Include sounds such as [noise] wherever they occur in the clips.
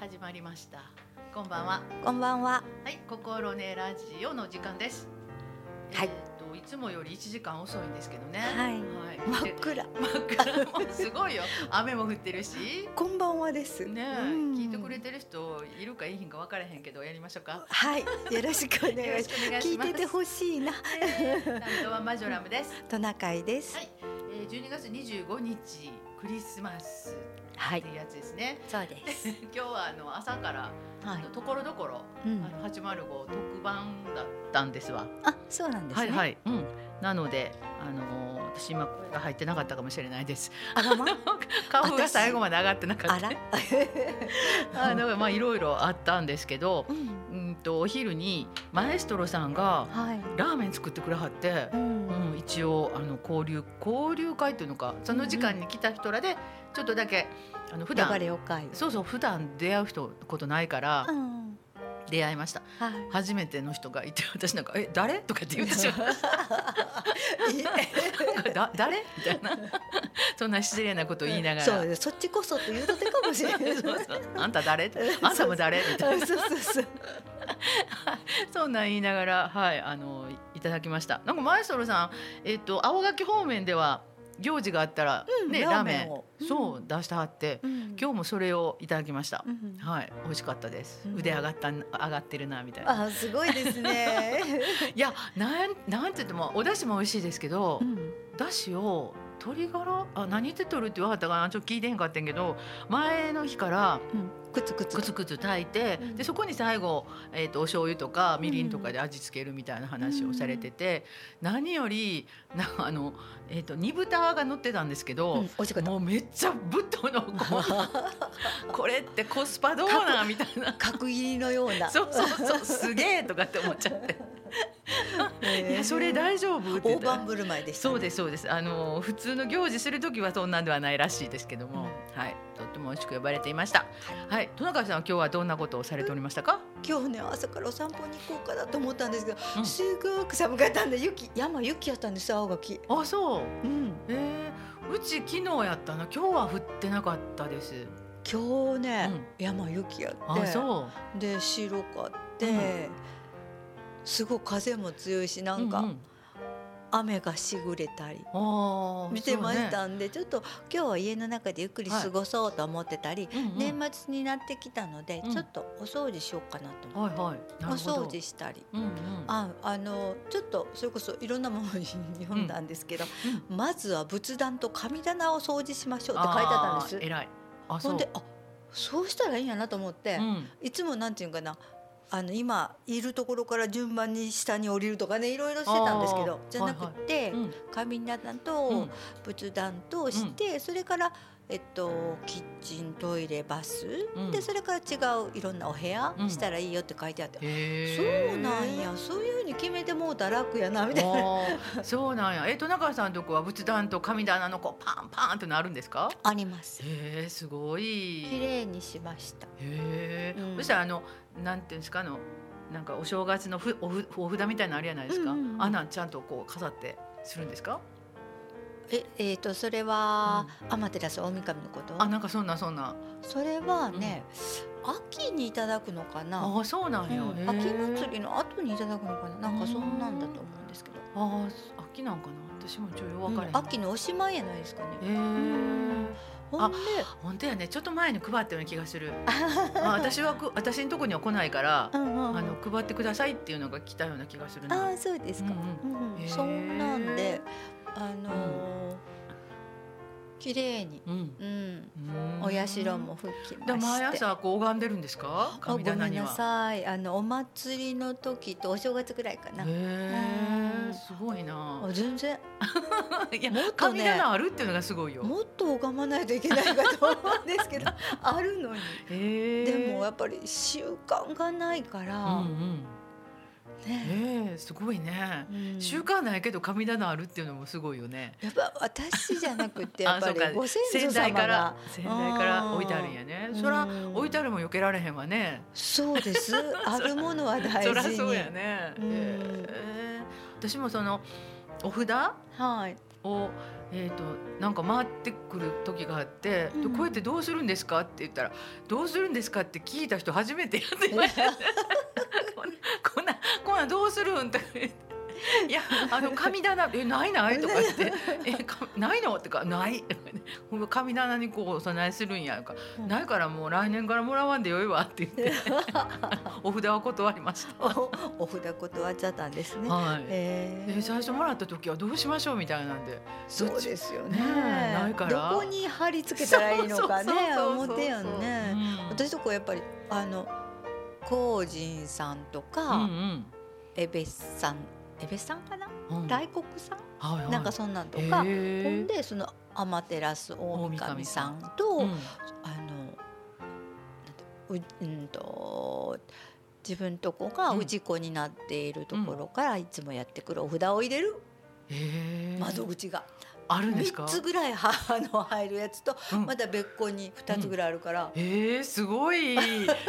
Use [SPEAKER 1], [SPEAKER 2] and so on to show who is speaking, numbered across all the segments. [SPEAKER 1] 始まりましたこんばんは
[SPEAKER 2] こんばんは。
[SPEAKER 1] はい心ねラジオの時間です
[SPEAKER 2] はい
[SPEAKER 1] えーといつもより1時間遅いんですけどね
[SPEAKER 2] はい
[SPEAKER 1] はい
[SPEAKER 2] 真
[SPEAKER 1] で
[SPEAKER 2] っ暗。
[SPEAKER 1] 真っ暗もうすごいよ [laughs] 雨も降ってるし
[SPEAKER 2] こんばんはです。
[SPEAKER 1] ねえ
[SPEAKER 2] うん
[SPEAKER 1] 聞いてくれてる人いるかいいひんか分からへんけどやりましょうか
[SPEAKER 2] はい、よろしくお願
[SPEAKER 1] [laughs] よろ
[SPEAKER 2] い
[SPEAKER 1] し
[SPEAKER 2] し
[SPEAKER 1] くお願
[SPEAKER 2] ま
[SPEAKER 1] い
[SPEAKER 2] す。聞
[SPEAKER 1] し
[SPEAKER 2] い
[SPEAKER 1] ます
[SPEAKER 2] ててほしいな。
[SPEAKER 1] ねえ担当はマジョラムです
[SPEAKER 2] トナカイです。
[SPEAKER 1] はいえー12月25日クリスマス
[SPEAKER 2] は
[SPEAKER 1] っていうやつですね、
[SPEAKER 2] そうです。
[SPEAKER 1] [laughs] 今日はあの朝から
[SPEAKER 2] は
[SPEAKER 1] あ
[SPEAKER 2] い
[SPEAKER 1] の。ところどころあ
[SPEAKER 2] うん。
[SPEAKER 1] の805特番だったんですわ。
[SPEAKER 2] あ、そうなんですね。い。
[SPEAKER 1] い、うん、なのであのー私今声が入ってなかったかもしれない
[SPEAKER 2] [laughs]
[SPEAKER 1] です。
[SPEAKER 2] あらま。
[SPEAKER 1] [laughs] 花粉が最後まで上がってなか
[SPEAKER 2] あ
[SPEAKER 1] った。
[SPEAKER 2] ら。
[SPEAKER 1] あだからまあいろいろあったんですけど、
[SPEAKER 2] うん。
[SPEAKER 1] うんとお昼にマエストロさんが
[SPEAKER 2] はい。
[SPEAKER 1] ラーメン作ってくれはって
[SPEAKER 2] う。ん
[SPEAKER 1] う。ん、一応あの交流交流会というのかその時間に来た人らでちょっとだけあの普
[SPEAKER 2] 呼ば
[SPEAKER 1] 段
[SPEAKER 2] れおかい。
[SPEAKER 1] そうそう普段出会う人ことないから
[SPEAKER 2] うん。
[SPEAKER 1] 出会いました
[SPEAKER 2] はい。
[SPEAKER 1] 初めての人がいて私なんか「え誰?」とかって言って
[SPEAKER 2] [laughs]
[SPEAKER 1] しまう [laughs] だ誰?」みたいな [laughs] そんな失礼なことを言いながら「
[SPEAKER 2] そうです。そっちこそって言うとてかもしれな
[SPEAKER 1] [laughs]
[SPEAKER 2] い。
[SPEAKER 1] そうそうあんた誰?」
[SPEAKER 2] [laughs]
[SPEAKER 1] あんたも誰?」みたい
[SPEAKER 2] あそうそうそう。
[SPEAKER 1] なそんなん言いながらはいあのいただきましたなんかマエストロさん、えっと青垣方面では行事があったら、
[SPEAKER 2] うん
[SPEAKER 1] ねラーメン
[SPEAKER 2] を
[SPEAKER 1] そう。出してはって、
[SPEAKER 2] うん
[SPEAKER 1] 今日もそれをいただきました
[SPEAKER 2] う、ん。
[SPEAKER 1] はい美味しかったです、
[SPEAKER 2] うん
[SPEAKER 1] 腕上がった上がってるなみたいな
[SPEAKER 2] あ、すごいですね。
[SPEAKER 1] いやなんなんて言ってもお出汁も美味しいですけど、
[SPEAKER 2] うん。
[SPEAKER 1] だしを鶏ガラあ何で取るって言わはったかなちょっと聞いてへんかったんやけど前の日から
[SPEAKER 2] うん。くつくつ。
[SPEAKER 1] くつくつ炊いて、
[SPEAKER 2] うん
[SPEAKER 1] でそこに最後、えー、とお醤油とかみりんとかで味付けるみたいな話をされてて、何よりなあの、えー、と煮豚が乗ってたんですけ
[SPEAKER 2] う
[SPEAKER 1] ど
[SPEAKER 2] ん、。おしかった。
[SPEAKER 1] もうめっちゃぶっとの
[SPEAKER 2] [laughs]
[SPEAKER 1] こうこれってコスパどうなんみたいな。
[SPEAKER 2] 角切りのような。
[SPEAKER 1] そうそうそうすげえとかって思っちゃ
[SPEAKER 2] [laughs]
[SPEAKER 1] って「い
[SPEAKER 2] い
[SPEAKER 1] やそれ大丈夫?」って言
[SPEAKER 2] 大
[SPEAKER 1] ったら
[SPEAKER 2] 盤振る舞いでしたね、
[SPEAKER 1] そうですそうです。あの普通の行事する時はそんなんではないらしいですけども、
[SPEAKER 2] う
[SPEAKER 1] はい、とっても美味しく呼ばれていました。はい、戸中さんは今日はどんなことをされておりましたか？
[SPEAKER 2] 今日ね朝からお散歩に行こうかなと思ったんですけど、
[SPEAKER 1] うん
[SPEAKER 2] すごく寒かったんで雪山雪やったんです青垣
[SPEAKER 1] あ、そう。
[SPEAKER 2] うん
[SPEAKER 1] えー、うち昨日やったな。今日は降ってなかったです。
[SPEAKER 2] 今日ね、
[SPEAKER 1] うん
[SPEAKER 2] 山雪やっ
[SPEAKER 1] あ、
[SPEAKER 2] て
[SPEAKER 1] そ
[SPEAKER 2] で白かって、
[SPEAKER 1] うん
[SPEAKER 2] すごい風も強いしな
[SPEAKER 1] う。う
[SPEAKER 2] んか
[SPEAKER 1] ん
[SPEAKER 2] 雨がしぐれたり
[SPEAKER 1] うんあー
[SPEAKER 2] 見てまし。
[SPEAKER 1] そ
[SPEAKER 2] たんで、ちょっと今日は家の中でゆっくり過ごそうと思ってたり、
[SPEAKER 1] うねうんうん
[SPEAKER 2] 年末になってきたので、
[SPEAKER 1] うん
[SPEAKER 2] ちょっとお掃除しようかなと思って、
[SPEAKER 1] はいはい。なる
[SPEAKER 2] お
[SPEAKER 1] ほど
[SPEAKER 2] 掃除。したり
[SPEAKER 1] うんうん。
[SPEAKER 2] ああのちょっとそれこそいろんなものに読んだんですけど、まずは仏壇と神棚を掃除しましょうって書いてあったん
[SPEAKER 1] え
[SPEAKER 2] です。
[SPEAKER 1] らい。あ、そう。
[SPEAKER 2] ほんであそうしたらいいんやなと思って、
[SPEAKER 1] うん。
[SPEAKER 2] いつもなんていうんかなあの今いるところから順番に下に降りるとかねいろいろしてたんですけ
[SPEAKER 1] あ
[SPEAKER 2] ど
[SPEAKER 1] ー
[SPEAKER 2] じゃなくて、
[SPEAKER 1] うん
[SPEAKER 2] 神棚
[SPEAKER 1] う
[SPEAKER 2] と
[SPEAKER 1] ん
[SPEAKER 2] 仏壇として、それから、えっと、キッチントイレバス、
[SPEAKER 1] うん
[SPEAKER 2] でそれから違ういろんなお部屋
[SPEAKER 1] うん
[SPEAKER 2] したらいいよって書いてあって、
[SPEAKER 1] へー
[SPEAKER 2] そうなんやそういうふうに決めてもうたら楽やなみたいな
[SPEAKER 1] あーそうなんや。え、戸中さんとこは仏壇と神棚のこうパンパンってなるんですか？
[SPEAKER 2] あります
[SPEAKER 1] へえ、すごい。
[SPEAKER 2] 綺
[SPEAKER 1] へ
[SPEAKER 2] 麗にしました
[SPEAKER 1] え、
[SPEAKER 2] うん
[SPEAKER 1] そしたらあのなんていうんですかあのなんかお正月のふおふお札みたいなのあるじゃないですか。
[SPEAKER 2] うんうんうん
[SPEAKER 1] あんなんちゃんとこう飾ってするんですか？
[SPEAKER 2] ええー、とそれは、天照大神のこと
[SPEAKER 1] あ、なんかそんなそんな。
[SPEAKER 2] それはね、秋にいただくのかな、
[SPEAKER 1] あー、そうなん
[SPEAKER 2] う
[SPEAKER 1] や。
[SPEAKER 2] ん
[SPEAKER 1] へー
[SPEAKER 2] 秋祭。りの後にいただくのかななんかそんなんだと思うんですけど、
[SPEAKER 1] あー、秋なんかな。私もちょいよくわからへん。
[SPEAKER 2] うん秋のおしまいやないですかね
[SPEAKER 1] へー
[SPEAKER 2] ほんで
[SPEAKER 1] 本当やねちょっと前に配ったような気がす
[SPEAKER 2] [laughs]
[SPEAKER 1] るあ私はく私のとこには来ないから、
[SPEAKER 2] うんうんうん
[SPEAKER 1] あの配ってくださいっていうのが来たような気がする
[SPEAKER 2] あ
[SPEAKER 1] な
[SPEAKER 2] ーそうですか、
[SPEAKER 1] う
[SPEAKER 2] うんうん
[SPEAKER 1] へー
[SPEAKER 2] そんなんであのー綺麗に、
[SPEAKER 1] うん
[SPEAKER 2] うん、
[SPEAKER 1] うん
[SPEAKER 2] お社も吹きま
[SPEAKER 1] で毎
[SPEAKER 2] して。
[SPEAKER 1] 朝こう拝んでるんですか
[SPEAKER 2] あご
[SPEAKER 1] 神
[SPEAKER 2] め
[SPEAKER 1] 棚
[SPEAKER 2] ん
[SPEAKER 1] に
[SPEAKER 2] な
[SPEAKER 1] は
[SPEAKER 2] さいあのお祭りの時とお正月ぐらいかな
[SPEAKER 1] へ
[SPEAKER 2] う
[SPEAKER 1] え
[SPEAKER 2] ん
[SPEAKER 1] すごいな
[SPEAKER 2] あ全然
[SPEAKER 1] いや
[SPEAKER 2] もっと
[SPEAKER 1] 神
[SPEAKER 2] ね
[SPEAKER 1] 棚あるっていうのがすごいよ
[SPEAKER 2] もっと拝まないといけないかと思うんですけど
[SPEAKER 1] [laughs]
[SPEAKER 2] あるのに
[SPEAKER 1] へえ
[SPEAKER 2] でもやっぱり習慣がないか
[SPEAKER 1] う
[SPEAKER 2] ら、
[SPEAKER 1] んうん
[SPEAKER 2] ね、
[SPEAKER 1] へえすごいね
[SPEAKER 2] うん
[SPEAKER 1] 習慣ないけど神棚あるっていうのもすごいよね
[SPEAKER 2] やっぱ私じゃなくて
[SPEAKER 1] [laughs]
[SPEAKER 2] や
[SPEAKER 1] あ
[SPEAKER 2] っぱ
[SPEAKER 1] そう
[SPEAKER 2] り
[SPEAKER 1] か
[SPEAKER 2] ご先祖
[SPEAKER 1] 先代
[SPEAKER 2] 様
[SPEAKER 1] から
[SPEAKER 2] が
[SPEAKER 1] 先代から置いてあるんやね
[SPEAKER 2] うん
[SPEAKER 1] そら置いてあるもん避けられへんわね
[SPEAKER 2] そうです
[SPEAKER 1] [laughs]
[SPEAKER 2] あるものは大
[SPEAKER 1] そら
[SPEAKER 2] 事に
[SPEAKER 1] そうやね
[SPEAKER 2] うん
[SPEAKER 1] へえ私もそのお札
[SPEAKER 2] はい
[SPEAKER 1] をえー、となんか回ってくる時があって「
[SPEAKER 2] うん
[SPEAKER 1] こうやってどうするんですか?」って言ったら「どうするんですか?」って聞いた人初めてや
[SPEAKER 2] [laughs]
[SPEAKER 1] ってましたこんなこんなこんなんどうするん?」とか言って。いやあの神棚えないないとか言
[SPEAKER 2] [laughs]
[SPEAKER 1] ってえかないのとかない [laughs] とか言ってほんま神棚にこうお供えするんやとかないからもう来年からもらわんでよいわって言ってお札は断りまし
[SPEAKER 2] [laughs] おお札断っちゃったんですね。
[SPEAKER 1] た。はい。
[SPEAKER 2] え
[SPEAKER 1] え
[SPEAKER 2] ー
[SPEAKER 1] 最初もらった時はどうしましょうみたいなんで
[SPEAKER 2] そうですよね。
[SPEAKER 1] ねえないから
[SPEAKER 2] どこに貼り付けたらいいのかね、
[SPEAKER 1] そうそうそうそう
[SPEAKER 2] 思ってやん
[SPEAKER 1] う
[SPEAKER 2] ね。
[SPEAKER 1] ん
[SPEAKER 2] 私とこやっぱりあの高人さんと
[SPEAKER 1] う
[SPEAKER 2] か、
[SPEAKER 1] ん
[SPEAKER 2] えべエベスさん、エベスさんかな、
[SPEAKER 1] うんうん
[SPEAKER 2] 大黒さん、
[SPEAKER 1] はいはい
[SPEAKER 2] なんかそんなんとか、
[SPEAKER 1] へえ
[SPEAKER 2] ほんでそのアマテラス大神さんと、
[SPEAKER 1] うん
[SPEAKER 2] あのなんてううんと自分とこが
[SPEAKER 1] うん
[SPEAKER 2] 氏子になっているところからいつもやってくるお札を入れる
[SPEAKER 1] へえ
[SPEAKER 2] 窓口が
[SPEAKER 1] あるんですか
[SPEAKER 2] 3つぐらいはあの入るやつと
[SPEAKER 1] うん
[SPEAKER 2] また別個に2つぐらいあるから、
[SPEAKER 1] えー、すご
[SPEAKER 2] [laughs]
[SPEAKER 1] い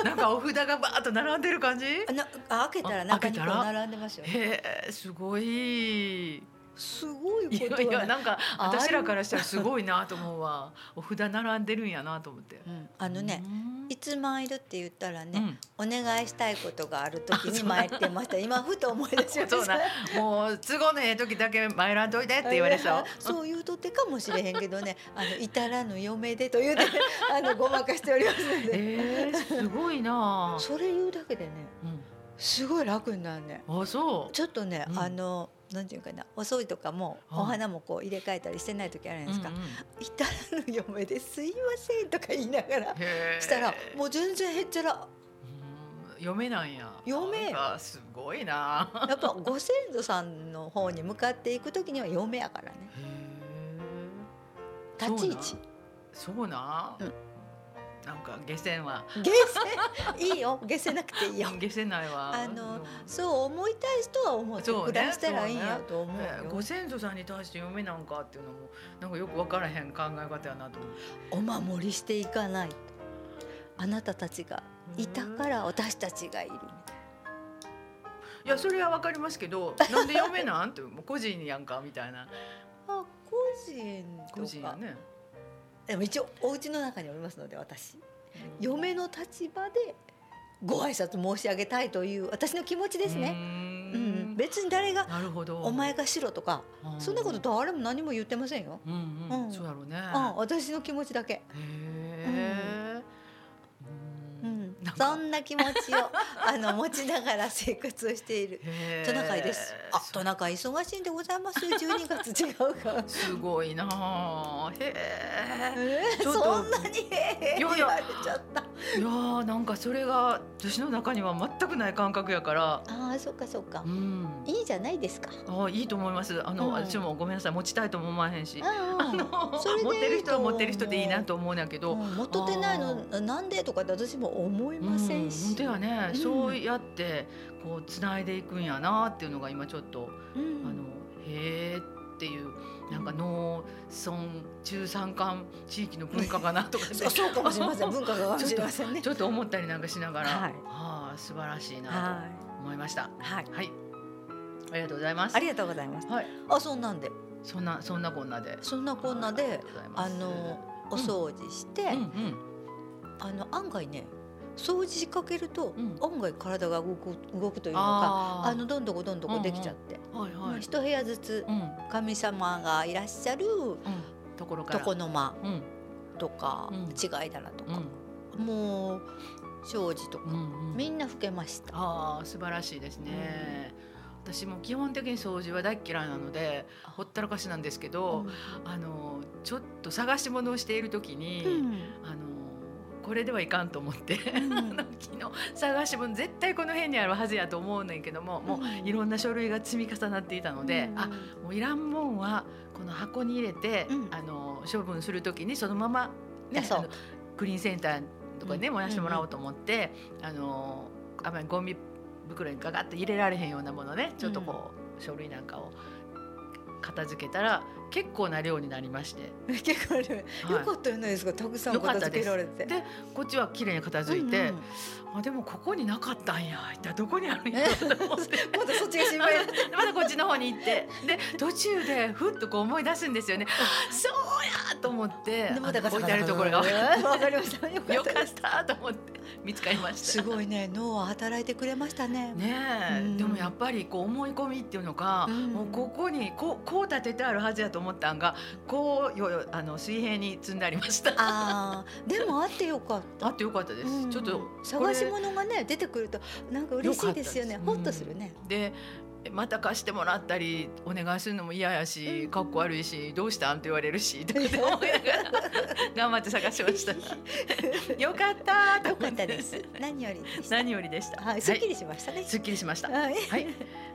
[SPEAKER 1] なんかお札がバーッと並んでる感じへ
[SPEAKER 2] あなあ開けたら
[SPEAKER 1] あ
[SPEAKER 2] 中に
[SPEAKER 1] 開
[SPEAKER 2] こ
[SPEAKER 1] け
[SPEAKER 2] う
[SPEAKER 1] たら
[SPEAKER 2] 並んでますよね。
[SPEAKER 1] えすごいい
[SPEAKER 2] すごい [laughs] こと
[SPEAKER 1] やい
[SPEAKER 2] だ
[SPEAKER 1] やなんか
[SPEAKER 2] ある
[SPEAKER 1] 私らからしたらすごいなと思うわお札並んでるんやなと思って
[SPEAKER 2] うん、あのね、
[SPEAKER 1] うん
[SPEAKER 2] いつまいるって言ったら
[SPEAKER 1] う
[SPEAKER 2] ね、
[SPEAKER 1] ん
[SPEAKER 2] お願いしたいことがある時に参って
[SPEAKER 1] [laughs]
[SPEAKER 2] ました。今ふと思い出しま
[SPEAKER 1] そう
[SPEAKER 2] し
[SPEAKER 1] な
[SPEAKER 2] た。
[SPEAKER 1] もう都合のええ時だけ参らんといてって言われそ
[SPEAKER 2] あ
[SPEAKER 1] う
[SPEAKER 2] れそう言うとってかもしれへんけど
[SPEAKER 1] [laughs]
[SPEAKER 2] ねあの至らぬ嫁でというねあのごまかしておりますので、
[SPEAKER 1] えー、すごいな
[SPEAKER 2] それ言うだけでね
[SPEAKER 1] あ、
[SPEAKER 2] すごい楽になるね
[SPEAKER 1] うん、あそう
[SPEAKER 2] ちょっとね、
[SPEAKER 1] うん
[SPEAKER 2] あのなんていうかなお掃除とかも
[SPEAKER 1] はい
[SPEAKER 2] お花もこう入れ替えたりしてない時あるじゃないですか、
[SPEAKER 1] うんうん
[SPEAKER 2] 至らぬ嫁ですいませんとか言いなが
[SPEAKER 1] [laughs]
[SPEAKER 2] ら
[SPEAKER 1] へー
[SPEAKER 2] したらもう全然へっちゃら
[SPEAKER 1] うん嫁なんや
[SPEAKER 2] 嫁よ
[SPEAKER 1] あすごいな [laughs]
[SPEAKER 2] やっぱご先祖さんの方に向かっていく時には嫁やからね
[SPEAKER 1] へえ
[SPEAKER 2] 立ち位置
[SPEAKER 1] そうな、
[SPEAKER 2] うん
[SPEAKER 1] なんか下船は
[SPEAKER 2] 下世いいよ下世なくていいよ
[SPEAKER 1] 下船ないわ
[SPEAKER 2] あのそう思いたい人は思って
[SPEAKER 1] そうね
[SPEAKER 2] 暮らしたらいいんやと思
[SPEAKER 1] うん
[SPEAKER 2] うよ。
[SPEAKER 1] えーご先祖さんに対して嫁なんかっていうのもなんかよく分からへん考え方やなと思う
[SPEAKER 2] お守りしていかないと。あなたたちがいたから私たちがいる。
[SPEAKER 1] いやそれは分かりますけどなんで嫁なんってもう個人やんかみたいな
[SPEAKER 2] あ個人とか
[SPEAKER 1] 個人やね
[SPEAKER 2] でも一応お家の中におりますので私嫁の立場でご挨拶申し上げたいという私の気持ちです
[SPEAKER 1] うー
[SPEAKER 2] ね。うんん、別に誰が
[SPEAKER 1] なるほど
[SPEAKER 2] お前がしろとか
[SPEAKER 1] う
[SPEAKER 2] そんなこと誰も何も言ってませんよ。
[SPEAKER 1] うんうん、
[SPEAKER 2] うん
[SPEAKER 1] そうやろうね。
[SPEAKER 2] うん、私の気持ちだけ。
[SPEAKER 1] へえ。
[SPEAKER 2] う
[SPEAKER 1] うん
[SPEAKER 2] ん
[SPEAKER 1] なん、か
[SPEAKER 2] そんな気持ちをあの持ちながら生活をしている。
[SPEAKER 1] へー
[SPEAKER 2] トナカイです。あ、
[SPEAKER 1] そ
[SPEAKER 2] トナカイ忙しいんでございますよ。十二月違う
[SPEAKER 1] [laughs]
[SPEAKER 2] か。
[SPEAKER 1] すごいなあ。へ
[SPEAKER 2] えー
[SPEAKER 1] ちょっと
[SPEAKER 2] そんなにえー
[SPEAKER 1] いやいや
[SPEAKER 2] 言われちゃった。
[SPEAKER 1] え。いやあ、なんかそれが私の中には全くない感覚やから。
[SPEAKER 2] ああ、そっかそっか
[SPEAKER 1] う。ん。
[SPEAKER 2] いいじゃないですか。
[SPEAKER 1] あ、いいと思います。あの、
[SPEAKER 2] うん
[SPEAKER 1] 私もごめんなさい、持ちたいとも思わへんし。
[SPEAKER 2] あ
[SPEAKER 1] あの
[SPEAKER 2] それでいいと
[SPEAKER 1] 持
[SPEAKER 2] 思う
[SPEAKER 1] ってる人は持ってる人でいいなと思うんやけど。
[SPEAKER 2] 持っとってないのなんでとかって私も思いません
[SPEAKER 1] うん
[SPEAKER 2] し。
[SPEAKER 1] ではね、
[SPEAKER 2] うん
[SPEAKER 1] そうやってこうつないでいくんやなっていうのが今ちょっと
[SPEAKER 2] うん
[SPEAKER 1] あのへえっていうなんか農村中山間地域の文化かなとかって
[SPEAKER 2] [laughs] そうそうかもしれません。文化がかもしれませんね
[SPEAKER 1] ち。ょっと思ったりなんかしながら、
[SPEAKER 2] はい
[SPEAKER 1] ああ素晴らしいな
[SPEAKER 2] は
[SPEAKER 1] と思いました。
[SPEAKER 2] い。はい。
[SPEAKER 1] はい、ありがとうございます。
[SPEAKER 2] ありがとうございます。
[SPEAKER 1] はい、
[SPEAKER 2] あ、そうなんで、
[SPEAKER 1] そんなそんなこんなで、
[SPEAKER 2] そんなこんな
[SPEAKER 1] ありが
[SPEAKER 2] で
[SPEAKER 1] と、うございま
[SPEAKER 2] あ
[SPEAKER 1] す
[SPEAKER 2] の、お掃除して、
[SPEAKER 1] うんうん、
[SPEAKER 2] あの案外ね掃除しかけると、
[SPEAKER 1] うん
[SPEAKER 2] 案外体が動く動くというのか
[SPEAKER 1] あ
[SPEAKER 2] あ
[SPEAKER 1] ー
[SPEAKER 2] のどんどこどんどこできちゃって、
[SPEAKER 1] はい
[SPEAKER 2] ま
[SPEAKER 1] は
[SPEAKER 2] あ
[SPEAKER 1] い、
[SPEAKER 2] 一部屋ずつ
[SPEAKER 1] うん
[SPEAKER 2] 神様がいらっしゃる
[SPEAKER 1] うんところか
[SPEAKER 2] 床
[SPEAKER 1] ら、
[SPEAKER 2] の間
[SPEAKER 1] うん
[SPEAKER 2] とか、
[SPEAKER 1] うん
[SPEAKER 2] 違いだなと
[SPEAKER 1] うん
[SPEAKER 2] か、もう障子とか、
[SPEAKER 1] うんうん、
[SPEAKER 2] みんな老けました。
[SPEAKER 1] ああ素晴らしいですね。私も基本的に掃除は大っ嫌いなのでほったらかしなんですけど、あのちょっと探し物をしている時に、
[SPEAKER 2] うん
[SPEAKER 1] あのこれではいかんと思って、 [laughs]
[SPEAKER 2] ん
[SPEAKER 1] あの昨日探し物絶対この辺にあるはずやと思うねんけども、もういろんな書類が積み重なっていたので、あもういらんもんはこの箱に入れて、
[SPEAKER 2] うん
[SPEAKER 1] あの処分する時にそのまま、ね、
[SPEAKER 2] そう
[SPEAKER 1] あのクリーンセンターとかね、
[SPEAKER 2] うん
[SPEAKER 1] 燃やしてもらおうと思って、あのあまりゴミ袋にガガッと入れられへんようなものねちょっとこう、書類なんかを片付けたら結構な量になりまして
[SPEAKER 2] 結構あれ、
[SPEAKER 1] はい
[SPEAKER 2] よかったじゃないですかたくさん片付けられて
[SPEAKER 1] でこっちは綺麗に片付いて、 [laughs]
[SPEAKER 2] うんうん
[SPEAKER 1] あでもここになかったんや一体どこにあるんや
[SPEAKER 2] え
[SPEAKER 1] と思って。
[SPEAKER 2] [laughs] まだそっちが心
[SPEAKER 1] ま [laughs]
[SPEAKER 2] 配
[SPEAKER 1] だまだこっちの方に行ってで途中でふっとこう思い出すんですよねそうやと思って
[SPEAKER 2] でまだ
[SPEAKER 1] あの
[SPEAKER 2] ガ
[SPEAKER 1] 置
[SPEAKER 2] サ
[SPEAKER 1] い
[SPEAKER 2] ガ
[SPEAKER 1] てあ
[SPEAKER 2] サ
[SPEAKER 1] るところが
[SPEAKER 2] わかりましたよ
[SPEAKER 1] よ
[SPEAKER 2] か
[SPEAKER 1] か
[SPEAKER 2] ったで
[SPEAKER 1] っ
[SPEAKER 2] す
[SPEAKER 1] たと思って見つかりました
[SPEAKER 2] すごいね脳は働いてくれました
[SPEAKER 1] [laughs]
[SPEAKER 2] ね
[SPEAKER 1] ねえ、
[SPEAKER 2] うん
[SPEAKER 1] でもやっぱりこう思い込みっていうのか、
[SPEAKER 2] うん
[SPEAKER 1] もうここにこうこう立ててあるはずやと思ったんがこうよよあの水平に積んでありましたあ
[SPEAKER 2] あーでもあってよかった
[SPEAKER 1] ってよかったです、
[SPEAKER 2] うん
[SPEAKER 1] ちょっとこ
[SPEAKER 2] 探
[SPEAKER 1] れ
[SPEAKER 2] し物がね出てくるとなんか嬉しいですよね
[SPEAKER 1] よか
[SPEAKER 2] ホ
[SPEAKER 1] った
[SPEAKER 2] ッ
[SPEAKER 1] で
[SPEAKER 2] と
[SPEAKER 1] す
[SPEAKER 2] するね
[SPEAKER 1] でまた貸してもらったりお願いするのも嫌やし、
[SPEAKER 2] うん
[SPEAKER 1] かっこ悪いしどうしたんって言われる
[SPEAKER 2] [laughs]
[SPEAKER 1] しとかって思いながら頑張って探しましたよかったと思
[SPEAKER 2] よか
[SPEAKER 1] っ
[SPEAKER 2] ってたです何よりでした
[SPEAKER 1] 何よりでした
[SPEAKER 2] はいすっきりしましたね
[SPEAKER 1] すっきりしました
[SPEAKER 2] はい
[SPEAKER 1] はい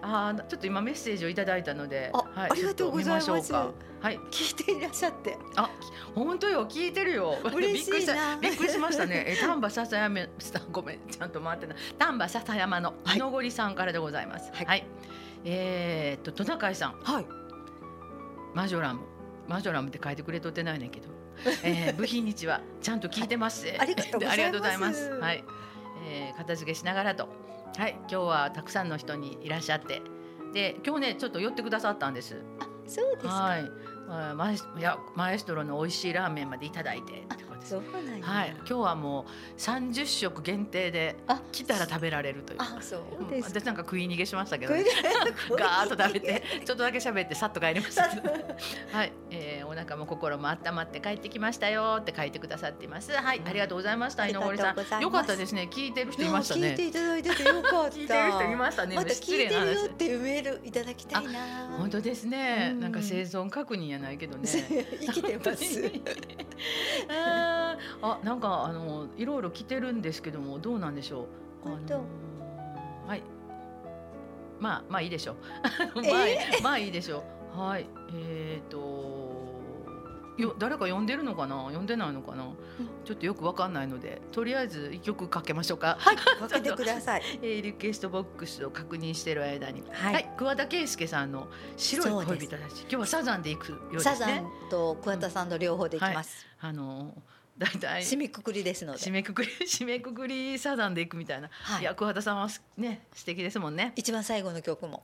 [SPEAKER 1] あーちょっと今メッセージをいただいたので
[SPEAKER 2] あ
[SPEAKER 1] はい
[SPEAKER 2] ありがとうございます
[SPEAKER 1] ちょっと見しょうかはい
[SPEAKER 2] 聞いていらっしゃって
[SPEAKER 1] あ、本当よ、聞いてるよ。
[SPEAKER 2] 嬉し
[SPEAKER 1] びっ
[SPEAKER 2] いな
[SPEAKER 1] くりしたびっくりしましたね。え、丹波篠山 [laughs] さん、ごめん、ちゃんと回ってない。丹波篠山の
[SPEAKER 2] はい
[SPEAKER 1] 井のりさんからでございます。は。
[SPEAKER 2] はいい
[SPEAKER 1] えーっと、トナカイさん、
[SPEAKER 2] [laughs] はい
[SPEAKER 1] マジョラム、マジョラムって書いてくれとってない
[SPEAKER 2] [laughs]
[SPEAKER 1] ねんけど。えー、部品日はちゃんと聞いてます。
[SPEAKER 2] ありがとうございます
[SPEAKER 1] ありがとうございます。はい。えー、片付けしながらと。はい、今日はたくさんの人にいらっしゃって。で、今日ね、ちょっと寄ってくださったんです。
[SPEAKER 2] そうですか
[SPEAKER 1] はい、あマエスいやマエストロの美味しいラーメンまでいただいてってことです
[SPEAKER 2] そうなんや
[SPEAKER 1] はい、今日はもう三十食限定で
[SPEAKER 2] あ
[SPEAKER 1] 来たら食べられるという。
[SPEAKER 2] あそう
[SPEAKER 1] うん
[SPEAKER 2] ですか
[SPEAKER 1] 私なんか食い逃げしましたけど
[SPEAKER 2] こ
[SPEAKER 1] ね、
[SPEAKER 2] れで
[SPEAKER 1] [laughs] ガーッと食べ
[SPEAKER 2] [laughs]
[SPEAKER 1] てちょっとだけ喋ってさっと帰りましたけどはい、えー、お腹も心も温まって帰ってきましたよって書いてくださっていますはい、ありがとうございました井上さ
[SPEAKER 2] ありがとうござ
[SPEAKER 1] ん
[SPEAKER 2] います
[SPEAKER 1] よかったですね聞いてる人いました
[SPEAKER 2] 聞いて
[SPEAKER 1] ね
[SPEAKER 2] いただいててよかった
[SPEAKER 1] 聞いてる人いましたね
[SPEAKER 2] また
[SPEAKER 1] 失
[SPEAKER 2] 聞
[SPEAKER 1] 礼
[SPEAKER 2] い
[SPEAKER 1] な
[SPEAKER 2] てる
[SPEAKER 1] 話
[SPEAKER 2] よっていうメールいただきたいな
[SPEAKER 1] 本当ですね、
[SPEAKER 2] うん
[SPEAKER 1] なんか生存確認やないけどね
[SPEAKER 2] [laughs] 生きてます。
[SPEAKER 1] あーあ、なんかあのいろいろ来てるんですけどもどうなんでしょう。
[SPEAKER 2] 本当
[SPEAKER 1] あのーはい。まあまあいいでしょう。 [laughs] まあ、まあいいでしょう。はい。えっ、とよ誰か呼んでるのかな呼んでないのかな、ちょっとよくわかんないのでとりあえず一曲かけましょうか、
[SPEAKER 2] はい、かけてください。
[SPEAKER 1] えーリクエストボックスを確認してる間に
[SPEAKER 2] は
[SPEAKER 1] [laughs] はいい、桑田佳祐さんの白い恋人たち今日はサザンで行くようです
[SPEAKER 2] サ
[SPEAKER 1] ね
[SPEAKER 2] ザンと桑田さんの両方でいきます。
[SPEAKER 1] あのだいたい
[SPEAKER 2] 締めくくりですの
[SPEAKER 1] 締
[SPEAKER 2] で。
[SPEAKER 1] めくくり締めくくりサザンで行くみたいな、、
[SPEAKER 2] はいい
[SPEAKER 1] や。桑田さんはすね素敵ですもんね
[SPEAKER 2] 一番最後の曲も
[SPEAKER 1] ん。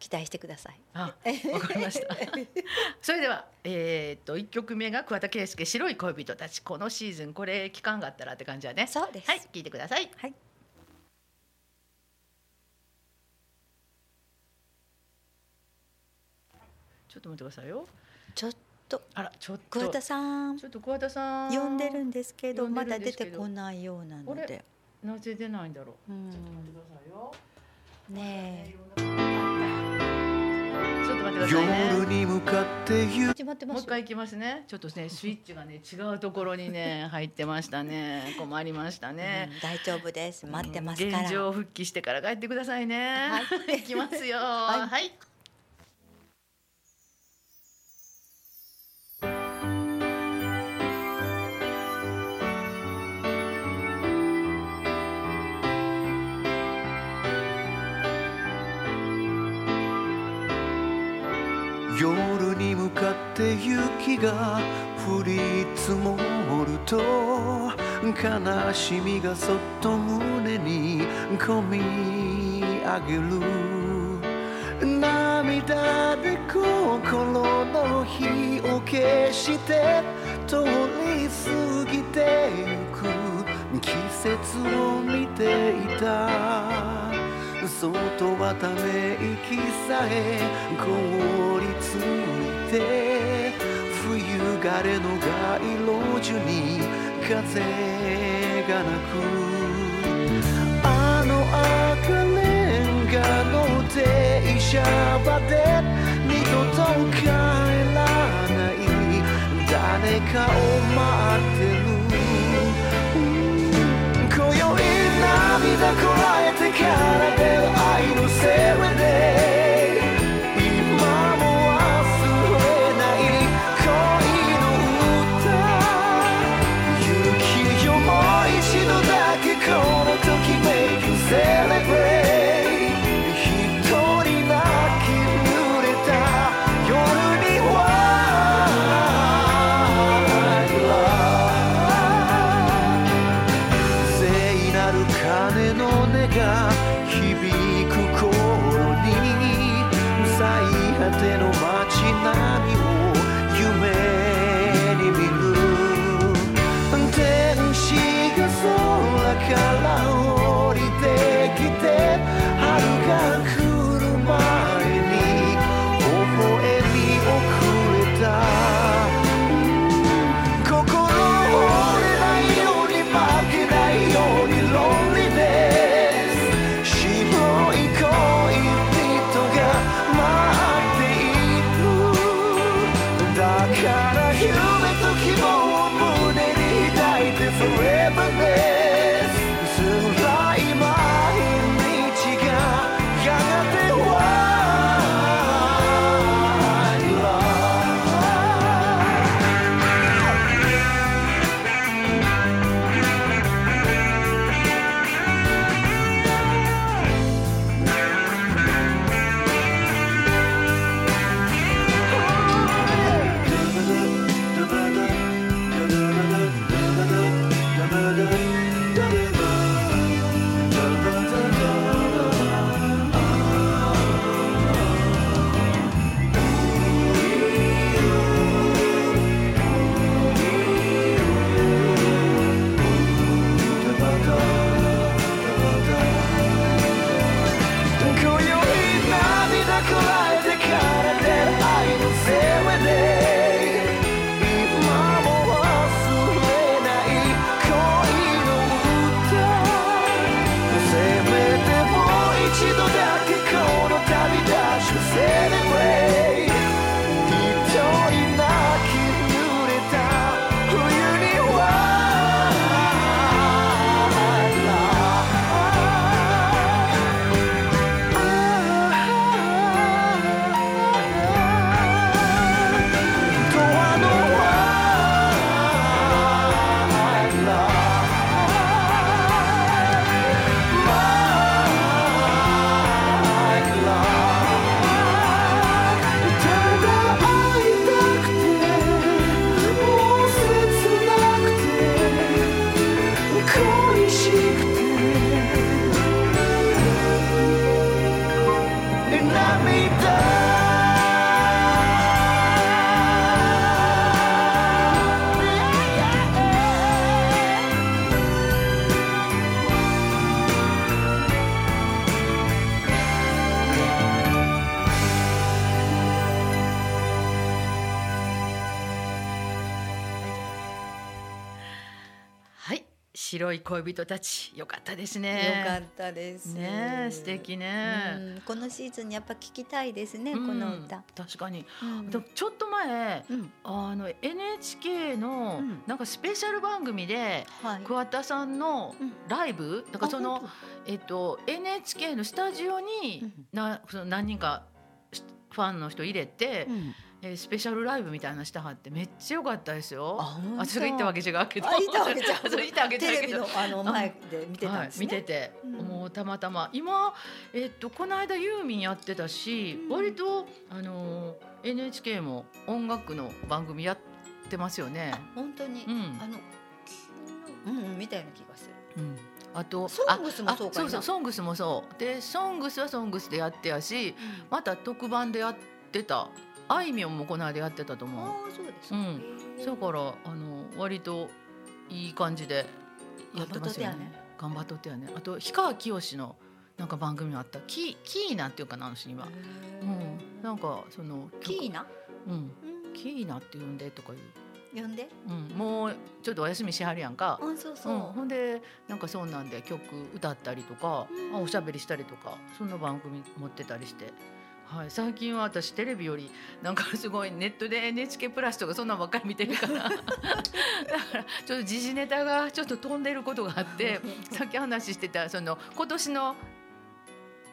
[SPEAKER 2] 期待してください。
[SPEAKER 1] あわかりましたそれではえーっと一曲目が桑田佳祐白い恋人たちこのシーズンこれ期間があったらって感じはね
[SPEAKER 2] [laughs] そうです。
[SPEAKER 1] はい聞いてください
[SPEAKER 2] はい
[SPEAKER 1] ちょっと待ってくださいよ
[SPEAKER 2] ちょっと
[SPEAKER 1] あらちょっと
[SPEAKER 2] 桑田さん
[SPEAKER 1] ちょっと桑田さん
[SPEAKER 2] 呼んでるんですけど
[SPEAKER 1] 呼んで
[SPEAKER 2] ま
[SPEAKER 1] る
[SPEAKER 2] だ
[SPEAKER 1] んで
[SPEAKER 2] 出
[SPEAKER 1] すけ
[SPEAKER 2] て
[SPEAKER 1] ど
[SPEAKER 2] こないようなの
[SPEAKER 1] あ
[SPEAKER 2] で
[SPEAKER 1] れ。なぜ出ないんだろう
[SPEAKER 2] うん
[SPEAKER 1] ちょっと待ってくださいよち
[SPEAKER 2] ね
[SPEAKER 1] ょっと待ってくださいね
[SPEAKER 3] 夜に向かって
[SPEAKER 2] え。
[SPEAKER 3] ゆ
[SPEAKER 2] 始まってま
[SPEAKER 1] もう
[SPEAKER 2] す
[SPEAKER 1] 一。回行きますね。ちょっと
[SPEAKER 2] [laughs]
[SPEAKER 1] ね、スイッチがね、違うところにね、入ってましたね。困りましたね。
[SPEAKER 2] うん大丈夫です。待ってますから。
[SPEAKER 1] 現状復帰してから帰ってくださいね。、
[SPEAKER 2] はい
[SPEAKER 1] きますよ。はいい。
[SPEAKER 3] 夜に向かって雪が降り積もると悲しみがそっと胸に込み上げる涙で心の火を消して通り過ぎてゆく季節を見ていた外はため息さえ凍りついて冬枯れの街路樹に風がなくあの赤レンガの停車場で二度と帰らない誰かを待ってるうん今宵涙こらえてから出る愛のせいで今も忘れない恋の歌雪よもう一度だけこのときめき Celebrate 一人泣き濡れたから降りてきて春が来る前に微笑み遅れた心折れないように負けないようにロンリネス白い恋人が待っているだから夢と希望を胸に抱いて Forever this 辛い毎日がやがて Why Love 今宵涙こらえてからで愛のせいで今も忘れない恋の歌せめてもう一度だけこの旅立ちをセレブレイ一人泣き濡れた冬には
[SPEAKER 1] はい白い恋人たちよかったですね
[SPEAKER 2] よかったです。
[SPEAKER 1] ねえ素敵ね、
[SPEAKER 2] うんこのシーズンにやっぱ聞きたいですね、この
[SPEAKER 1] うん
[SPEAKER 2] 歌。
[SPEAKER 1] 確かに、
[SPEAKER 2] うん
[SPEAKER 1] でもちょっと前
[SPEAKER 2] うん
[SPEAKER 1] あの NHK の
[SPEAKER 2] うん
[SPEAKER 1] なんかスペシャル番組で
[SPEAKER 2] はい。
[SPEAKER 1] 桑田さんの
[SPEAKER 2] うん
[SPEAKER 1] ライブだからその、えっと、NHK のスタジオ
[SPEAKER 2] う
[SPEAKER 1] に
[SPEAKER 2] ん
[SPEAKER 1] なその何人かしファンの人入れて、えースペシャルライブみたいなのしたはってめっちゃ良かったですよ。
[SPEAKER 2] あ本当
[SPEAKER 1] 私が行ったわけ違うけど
[SPEAKER 2] あいたわけじゃん
[SPEAKER 1] [laughs] そう行ったわけじゃない
[SPEAKER 2] テレ
[SPEAKER 1] け
[SPEAKER 2] ビ
[SPEAKER 1] ど
[SPEAKER 2] のあの前で見てたんですね。
[SPEAKER 1] はい、見てて、
[SPEAKER 2] うん
[SPEAKER 1] もうたまたま今、えっと、この間ユーミンやってたし、
[SPEAKER 2] うん
[SPEAKER 1] 割とあのー NHK も音楽の番組やってますよね
[SPEAKER 2] あ。本当に、
[SPEAKER 1] うん
[SPEAKER 2] あの昨日うんうんみたいな気がする。
[SPEAKER 1] うん、あと
[SPEAKER 2] ソ
[SPEAKER 1] あ
[SPEAKER 2] ングスもそうか
[SPEAKER 1] あそうそう
[SPEAKER 2] な。
[SPEAKER 1] ソングスもそうでソングスはソングスでやってやし
[SPEAKER 2] うん
[SPEAKER 1] また特番でやってたあいみょんもこの間やってたと思
[SPEAKER 2] ああそうですか。
[SPEAKER 1] うん
[SPEAKER 2] へー
[SPEAKER 1] うだからあの割といい感じでやってますよね頑張っとってやねあと氷川きよしのなんか番組もあったキーキーナっていうかなあの人今
[SPEAKER 2] へ、ー
[SPEAKER 1] うん、なんかその曲
[SPEAKER 2] キーナ、
[SPEAKER 1] うん、
[SPEAKER 2] うん
[SPEAKER 1] キーナって呼んでとかいう、
[SPEAKER 2] 呼んで。
[SPEAKER 1] うん、もうちょっとお休みしはるやんか、
[SPEAKER 2] うんそう
[SPEAKER 1] う
[SPEAKER 2] そ
[SPEAKER 1] ん、
[SPEAKER 2] う。
[SPEAKER 1] ほんでなんかそうなんで曲歌ったりとか、
[SPEAKER 2] うん
[SPEAKER 1] あおしゃべりしたりとかそんな番組持ってたりして、はい、最近は私テレビよりなんかすごいネットで NHK プラスとかそんなんばっかり見てるから
[SPEAKER 2] [laughs]
[SPEAKER 1] だからちょっと時事ネタがちょっと飛んでることがあってさっき話してたその今年の、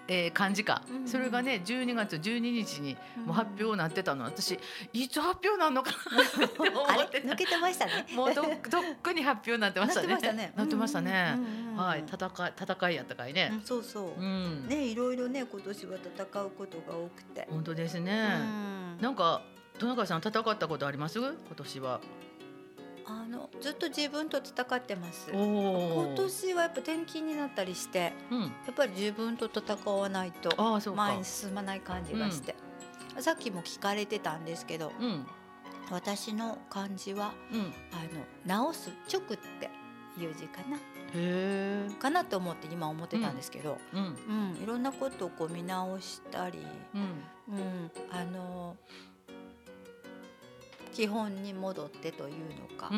[SPEAKER 1] えー漢字か、
[SPEAKER 2] うん
[SPEAKER 1] それがね12月12日に [laughs] もう発表になってたの私いつ発表なんのかなって思
[SPEAKER 2] あ
[SPEAKER 1] って
[SPEAKER 2] れ
[SPEAKER 1] た
[SPEAKER 2] 抜けてましたね。
[SPEAKER 1] も
[SPEAKER 2] [laughs]
[SPEAKER 1] うとっとっくに発表になってましたね。
[SPEAKER 2] なってましたね。
[SPEAKER 1] なってましたね
[SPEAKER 2] うんうんうんうん
[SPEAKER 1] はい、戦い戦いやったかいね
[SPEAKER 2] う。んそうそう
[SPEAKER 1] う。ん、
[SPEAKER 2] ねいろいろね今年は戦うことが多くて。
[SPEAKER 1] 本当です
[SPEAKER 2] う
[SPEAKER 1] ね。
[SPEAKER 2] ん
[SPEAKER 1] なんか戸中さん戦ったことあります？今年は。
[SPEAKER 2] あのずっと自分と戦ってます。
[SPEAKER 1] お
[SPEAKER 2] 今年はやっぱ転勤になったりして
[SPEAKER 1] うん。
[SPEAKER 2] やっぱり自分と戦わないと
[SPEAKER 1] ああそうか
[SPEAKER 2] 前。に進まない感じがして、さっきも聞かれてたんですけど
[SPEAKER 1] うん
[SPEAKER 2] 私の漢字は
[SPEAKER 1] うん。
[SPEAKER 2] あの直す直って友人かな
[SPEAKER 1] え。
[SPEAKER 2] かなと思って今思ってたんですけど、
[SPEAKER 1] うん。
[SPEAKER 2] うんいろんなことをこう見直したり、
[SPEAKER 1] うん。
[SPEAKER 2] うん、あの基本に戻ってというのか、
[SPEAKER 1] うん。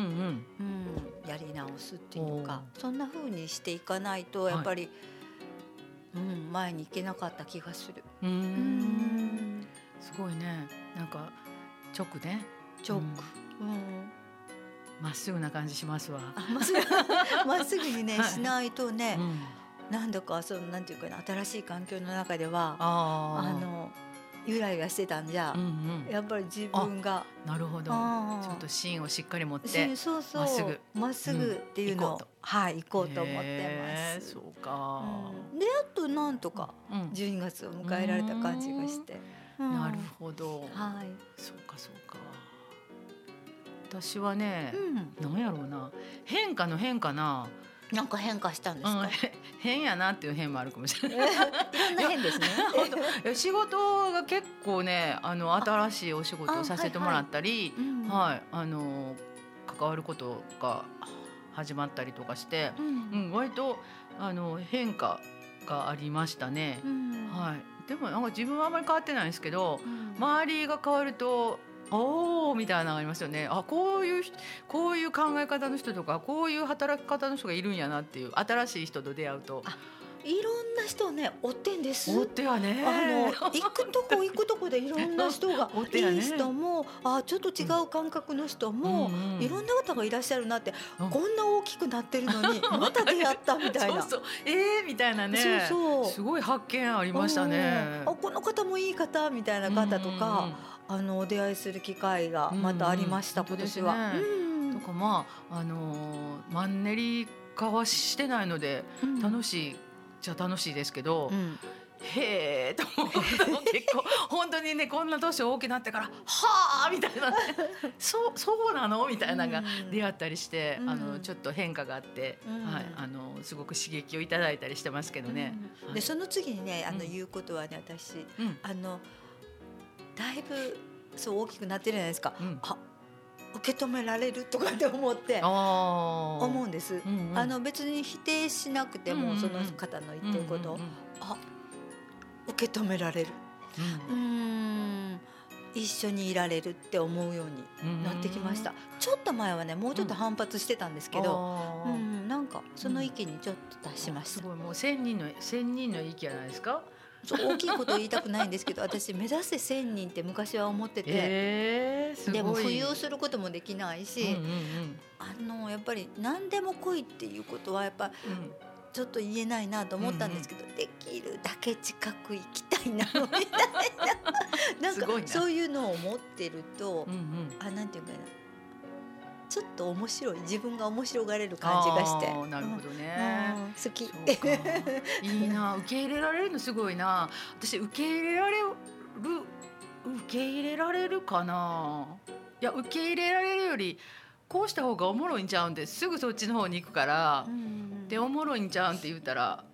[SPEAKER 2] うん、やり直すっていうかそんな風にしていかないと
[SPEAKER 1] はい
[SPEAKER 2] やっぱり、うん、前に行けなかった気がする。
[SPEAKER 1] うん。う。
[SPEAKER 2] うんん
[SPEAKER 1] すごいね。なんか。直ね。
[SPEAKER 2] 直、
[SPEAKER 1] うん
[SPEAKER 2] うん、
[SPEAKER 1] まっすぐな感じしますわ。
[SPEAKER 2] あまっすぐ [laughs] まっすぐにね
[SPEAKER 1] はい
[SPEAKER 2] しないとね、
[SPEAKER 1] うん。
[SPEAKER 2] なんだかそのなんていうかな新しい環境の中で
[SPEAKER 1] あ
[SPEAKER 2] はあ
[SPEAKER 1] あ。。
[SPEAKER 2] のゆらゆらしてたんじゃ
[SPEAKER 1] う、ん。うん。
[SPEAKER 2] やっぱり自分が
[SPEAKER 1] なるほど。
[SPEAKER 2] あー
[SPEAKER 1] ちょっと芯をしっかり持っ
[SPEAKER 2] そ
[SPEAKER 1] て
[SPEAKER 2] う。そう
[SPEAKER 1] まっすぐ
[SPEAKER 2] まっすぐっていうの
[SPEAKER 1] う
[SPEAKER 2] を、
[SPEAKER 1] ん行こうと
[SPEAKER 2] はい行こうと思って
[SPEAKER 1] へー
[SPEAKER 2] ます。
[SPEAKER 1] そうか。
[SPEAKER 2] うんであとなんとか
[SPEAKER 1] うん。
[SPEAKER 2] 12月を迎えられた感じがして。うん
[SPEAKER 1] なるほど。
[SPEAKER 2] はい。
[SPEAKER 1] そうかそうか。私はね。
[SPEAKER 2] うん。
[SPEAKER 1] なんやろうな変化の変かな、
[SPEAKER 2] なんか変化したんです
[SPEAKER 1] うん
[SPEAKER 2] か。、
[SPEAKER 1] 変やなっていう変もあるかもしれない
[SPEAKER 2] いろんな
[SPEAKER 1] [laughs]
[SPEAKER 2] 変ですね。
[SPEAKER 1] いや仕事が結構ねあの新しいお仕事をさせてもらったり
[SPEAKER 2] うん
[SPEAKER 1] はい、あの関わることが始まったりとかして、
[SPEAKER 2] う。
[SPEAKER 1] うんん、割とあの変化がありましたね、
[SPEAKER 2] うん。
[SPEAKER 1] はい、でもなんか自分はあんまり変わってないんですけど
[SPEAKER 2] うん。
[SPEAKER 1] 周りが変わるとおーみたいなのがありますよねあこういう人こういう考え方の人とかこういう働き方の人がいるんやなっていう新しい人と出会うと
[SPEAKER 2] あいろんな人ね追ってんです。
[SPEAKER 1] おってはね
[SPEAKER 2] あの行くとこ行くとこでいろんな人
[SPEAKER 1] [laughs]
[SPEAKER 2] が
[SPEAKER 1] 追ってやね
[SPEAKER 2] いい人もあちょっと違う感覚の人も
[SPEAKER 1] うんうん
[SPEAKER 2] いろんな方がいらっしゃるなって
[SPEAKER 1] うん
[SPEAKER 2] こんな大きくなってるの
[SPEAKER 1] [laughs]
[SPEAKER 2] にまた出会ったみたいな。
[SPEAKER 1] そうそうえー、みたいなね
[SPEAKER 2] そうそう
[SPEAKER 1] すごい発見ありましたね
[SPEAKER 2] うんあこの方もいい方みたいな方とか、あのお出会いする機会がまたありました、
[SPEAKER 1] うんうん
[SPEAKER 2] 今年は。
[SPEAKER 1] 本当です
[SPEAKER 2] う
[SPEAKER 1] うんんうんとかまああのーマンネリ化はしてないので
[SPEAKER 2] うん
[SPEAKER 1] 楽しいじゃ楽しいですけど、
[SPEAKER 2] うん
[SPEAKER 1] へえと思ったの結構本当にねこんな年大きくなってからはあみたいな、
[SPEAKER 2] [laughs]
[SPEAKER 1] ね、そうそうなのみたいなのが
[SPEAKER 2] うん
[SPEAKER 1] 出会ったりして、
[SPEAKER 2] うん
[SPEAKER 1] あのちょっと変化があって、
[SPEAKER 2] うん
[SPEAKER 1] はい、あのすごく刺激をいただいたりしてますけどね。
[SPEAKER 2] うん
[SPEAKER 1] はい
[SPEAKER 2] でその次にねあの
[SPEAKER 1] うん
[SPEAKER 2] 言うことはね私
[SPEAKER 1] うん
[SPEAKER 2] あのだいぶそう大きくなってるじゃないですか、
[SPEAKER 1] うん
[SPEAKER 2] あ受け止められるとかって思って
[SPEAKER 1] あー
[SPEAKER 2] 思うんです。
[SPEAKER 1] うんうん
[SPEAKER 2] あの別に否定しなくて
[SPEAKER 1] うんうんう
[SPEAKER 2] も
[SPEAKER 1] ん
[SPEAKER 2] その方の言ってること
[SPEAKER 1] うん
[SPEAKER 2] を
[SPEAKER 1] うん
[SPEAKER 2] 受け止められるう
[SPEAKER 1] うん
[SPEAKER 2] ん一緒にいられるって思うように
[SPEAKER 1] うん
[SPEAKER 2] なってきました。ちょっと前はねもうちょっと反発してたんですけど、
[SPEAKER 1] あ
[SPEAKER 2] う
[SPEAKER 1] ー
[SPEAKER 2] んなんかその意見にちょっと達しまし
[SPEAKER 1] す
[SPEAKER 2] た、
[SPEAKER 1] ごいもう千人の千人の意見じゃないですか。
[SPEAKER 2] そう大きいこと言いたくないんですけど私目指せ1,000人って昔は思ってて、
[SPEAKER 1] ええすごい。
[SPEAKER 2] でも浮遊することもできないし、
[SPEAKER 1] うんうんうん
[SPEAKER 2] あのやっぱり何でも来いっていうことはやっぱ
[SPEAKER 1] うん
[SPEAKER 2] ちょっと言えないなと思ったんですけど、できるだけ近く行きた
[SPEAKER 1] [laughs]
[SPEAKER 2] いなみたいななん
[SPEAKER 1] すごい
[SPEAKER 2] か
[SPEAKER 1] な
[SPEAKER 2] そういうのを持ってると、
[SPEAKER 1] うんうん
[SPEAKER 2] あなんていうかなちょっと面白い自分が面白がれる感じがして
[SPEAKER 1] あーなるほど
[SPEAKER 2] う
[SPEAKER 1] ね。
[SPEAKER 2] ん好き
[SPEAKER 1] そうか
[SPEAKER 2] [laughs]
[SPEAKER 1] いいな受け入れられるのすごいな私受け入れられる受け入れられるかないや受け入れられるよりこうした方がおもろいんちゃうんですぐそっちの方に行くから、でおもろいんちゃうんって言ったら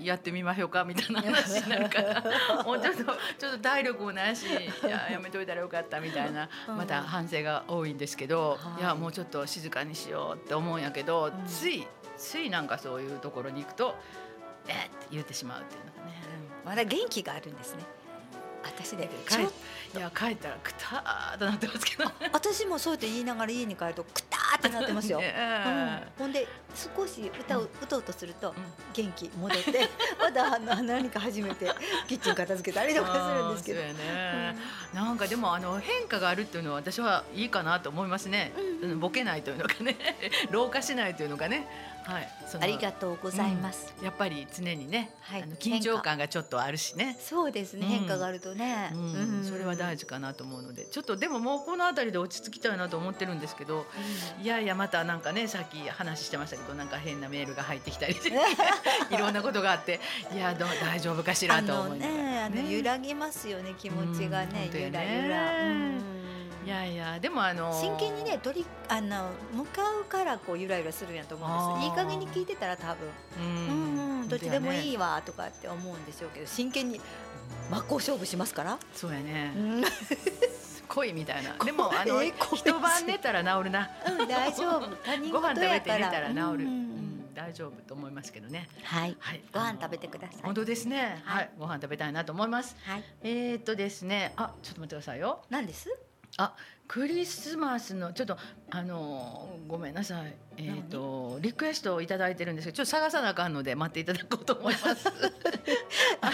[SPEAKER 1] やってみましょうかみたいな話になるから
[SPEAKER 2] [laughs]
[SPEAKER 1] [laughs] もうちょっとちょっと体力もないしいややめといたらよかったみたいな
[SPEAKER 2] うん
[SPEAKER 1] また反省が多いんですけど、
[SPEAKER 2] はい
[SPEAKER 1] い、やもうちょっと静かにしようって思うんやけど、
[SPEAKER 2] ん
[SPEAKER 1] ついついなんかそういうところに行くとえー、って言ってしまうっていうのがね。
[SPEAKER 2] まだ元気があるんですね私で
[SPEAKER 1] 帰いや帰ったらくたーっとなってますけど。
[SPEAKER 2] 私もそうやって言いながら家に帰るとクターってなってま
[SPEAKER 1] [laughs]
[SPEAKER 2] すよ、
[SPEAKER 1] ね
[SPEAKER 2] うん、ほんで少し歌を
[SPEAKER 1] う
[SPEAKER 2] 歌おうとすると
[SPEAKER 1] うん
[SPEAKER 2] 元気戻って
[SPEAKER 1] [laughs]
[SPEAKER 2] まだあの何か始めてキッチン片付けたりとかするんですけど
[SPEAKER 1] あーそうやね、なんかでもあの変化があるっていうのは私はいいかなと思いますね。
[SPEAKER 2] うん
[SPEAKER 1] ボケないというのかね、 [laughs] 老化しないというのかね。はい。その
[SPEAKER 2] ありがとうございます、
[SPEAKER 1] やっぱり常にね、
[SPEAKER 2] はい
[SPEAKER 1] あの緊張感がちょっとあるしね。
[SPEAKER 2] そうですね
[SPEAKER 1] うん
[SPEAKER 2] 変化があるとね、
[SPEAKER 1] うん、それは大
[SPEAKER 2] 事、
[SPEAKER 1] 事かなと思うのでちょっとでももうこの辺りで落ち着きたいなと思ってるんですけどいやいやまたなんかねさっき話してましたけどなんか変なメールが入ってき
[SPEAKER 2] [laughs]
[SPEAKER 1] たりしていろんなことがあっていやどう大丈夫かし
[SPEAKER 2] あ
[SPEAKER 1] らと
[SPEAKER 2] の
[SPEAKER 1] 思いなが
[SPEAKER 2] ね
[SPEAKER 1] ら
[SPEAKER 2] あの揺らぎますよね気持ちが
[SPEAKER 1] う
[SPEAKER 2] ね
[SPEAKER 1] ん、
[SPEAKER 2] ゆらゆら、
[SPEAKER 1] 本
[SPEAKER 2] うん
[SPEAKER 1] いやいやでもあのー
[SPEAKER 2] 真剣にね取りあの向かうからこうゆらゆらするんやと思うんですい
[SPEAKER 1] あ
[SPEAKER 2] い
[SPEAKER 1] ー
[SPEAKER 2] 加減に聞いてたら多分
[SPEAKER 1] う
[SPEAKER 2] うんうん、どっちでもい
[SPEAKER 1] い
[SPEAKER 2] いわとかって思うんでしょうけど真剣に真っ向勝負しますから、
[SPEAKER 1] そうやね
[SPEAKER 2] [laughs] うん、
[SPEAKER 1] 恋みたいなでもあの
[SPEAKER 2] えー恋
[SPEAKER 1] 一晩寝たら治るな
[SPEAKER 2] [laughs] 大丈夫他人
[SPEAKER 1] ご飯
[SPEAKER 2] [laughs]
[SPEAKER 1] 食
[SPEAKER 2] 事
[SPEAKER 1] べ
[SPEAKER 2] や
[SPEAKER 1] て
[SPEAKER 2] か
[SPEAKER 1] 寝
[SPEAKER 2] ら
[SPEAKER 1] たら治る
[SPEAKER 2] うん
[SPEAKER 1] 大丈夫と思いますけどね。
[SPEAKER 2] はい。
[SPEAKER 1] はい、
[SPEAKER 2] ご
[SPEAKER 1] あ
[SPEAKER 2] 飯
[SPEAKER 1] の
[SPEAKER 2] 食べてください。
[SPEAKER 1] 本当ですね。
[SPEAKER 2] は
[SPEAKER 1] はいい、ご飯食べたいなと思います。
[SPEAKER 2] はい。
[SPEAKER 1] えー、っとですね、あ、ちょっと待ってくださいよ。
[SPEAKER 2] なんです？
[SPEAKER 1] クリスマスのちょっとあのーごめんなさい。えーっ、とリクエストをいただいてるんですけど、ちょっと探さなあかんので待っていただこうと思い [laughs] ます。はい、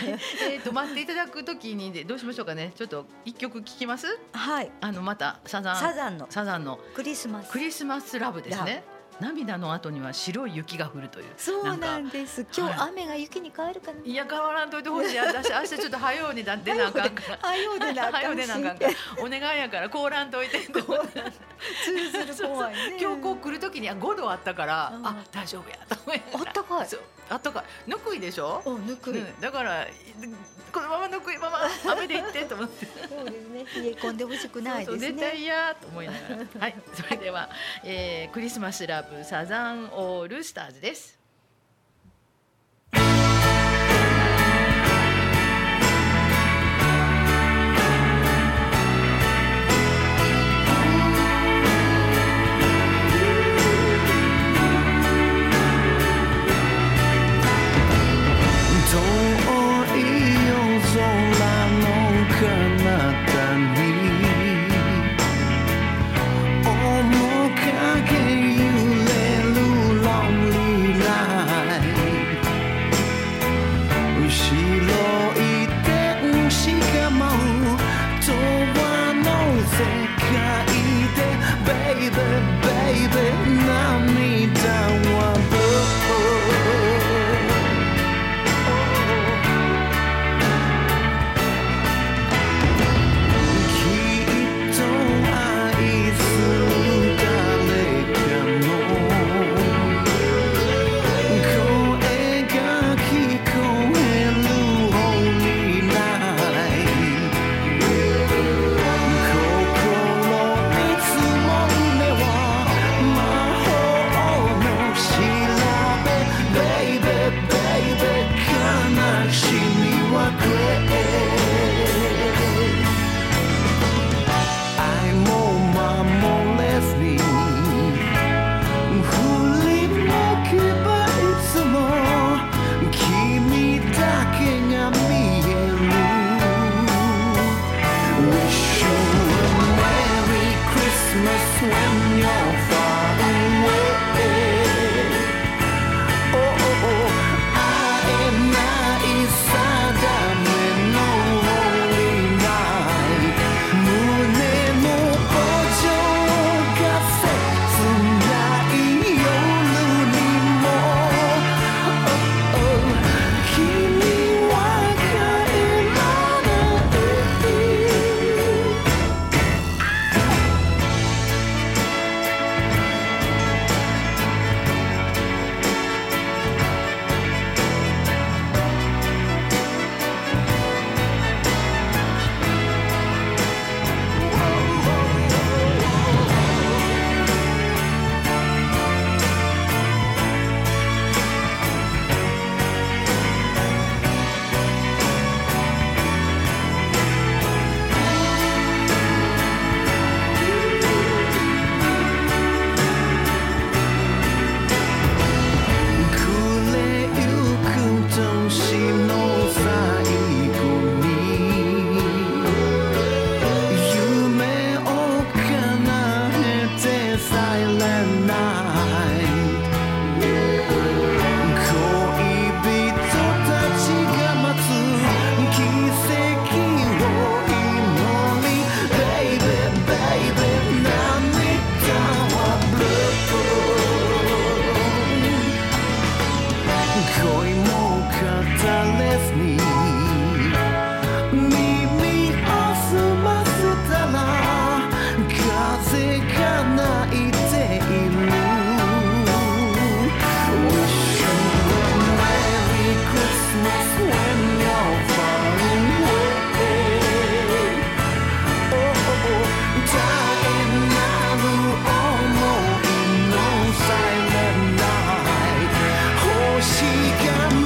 [SPEAKER 1] えーっと待っていただくときにでどうしましょうかね。ちょっと一曲聞きます。
[SPEAKER 2] はい。
[SPEAKER 1] あのまたサザン
[SPEAKER 2] サザンの
[SPEAKER 1] サザンの
[SPEAKER 2] クリスマス
[SPEAKER 1] ク。リスマスラブですね。涙の後には白い雪が降るという。
[SPEAKER 2] そうなん
[SPEAKER 1] か
[SPEAKER 2] です。今日
[SPEAKER 1] は
[SPEAKER 2] 雨が雪に変わるかな。
[SPEAKER 1] いや変わらんといてほしい。私明日ちょっと早うにだってなあかんから。
[SPEAKER 2] あようでな [laughs] あかんし。
[SPEAKER 1] 早うでなあかんから。お願いやから凍らんといて。
[SPEAKER 2] 通ずる怖いね。
[SPEAKER 1] 今日こう来る時にあ5度あったから、
[SPEAKER 2] うん
[SPEAKER 1] あ大丈夫やと思いな
[SPEAKER 2] あ
[SPEAKER 1] が
[SPEAKER 2] っ
[SPEAKER 1] ら
[SPEAKER 2] たかい。
[SPEAKER 1] そうあったかいぬくいでしょ、
[SPEAKER 2] おぬくい。
[SPEAKER 1] うんだからこのままぬくいまま雨で行ってと思って
[SPEAKER 2] そうですね。冷え込んでほしく [laughs] ない
[SPEAKER 1] そう
[SPEAKER 2] で
[SPEAKER 1] そう
[SPEAKER 2] す
[SPEAKER 1] 絶対
[SPEAKER 2] ね。
[SPEAKER 1] 嫌と思いながらはいそれでは、えークリスマスラブサザンオールスターズです
[SPEAKER 3] 遠い夜空の彼方に面影揺れるロンリーナイト白い天使が舞う永遠の世界でベイベーベイベー涙は僕きっと愛する誰かに声が聞こえるようにない心に積もる目は魔法の調べベイベーベイベー悲しみはくれ愛も守れずに振り向けばいつも君だけが見える Wish you a Merry Christmas when you're far away Oh, oh, oh 会えない定めの Holy Night 胸の補助が切ない夜にも Oh, oh 君は帰らない「暮れゆく年の最後に」「夢を叶えて Silent Night」恋人たちが待つ奇跡の祈り Baby Baby 涙は Blue 恋も語れずに耳を澄ませたら風が泣いている Wish you a Merry Christmas when you're far away Oh, oh, oh 絶えなる想いの Silent Night 星が oh,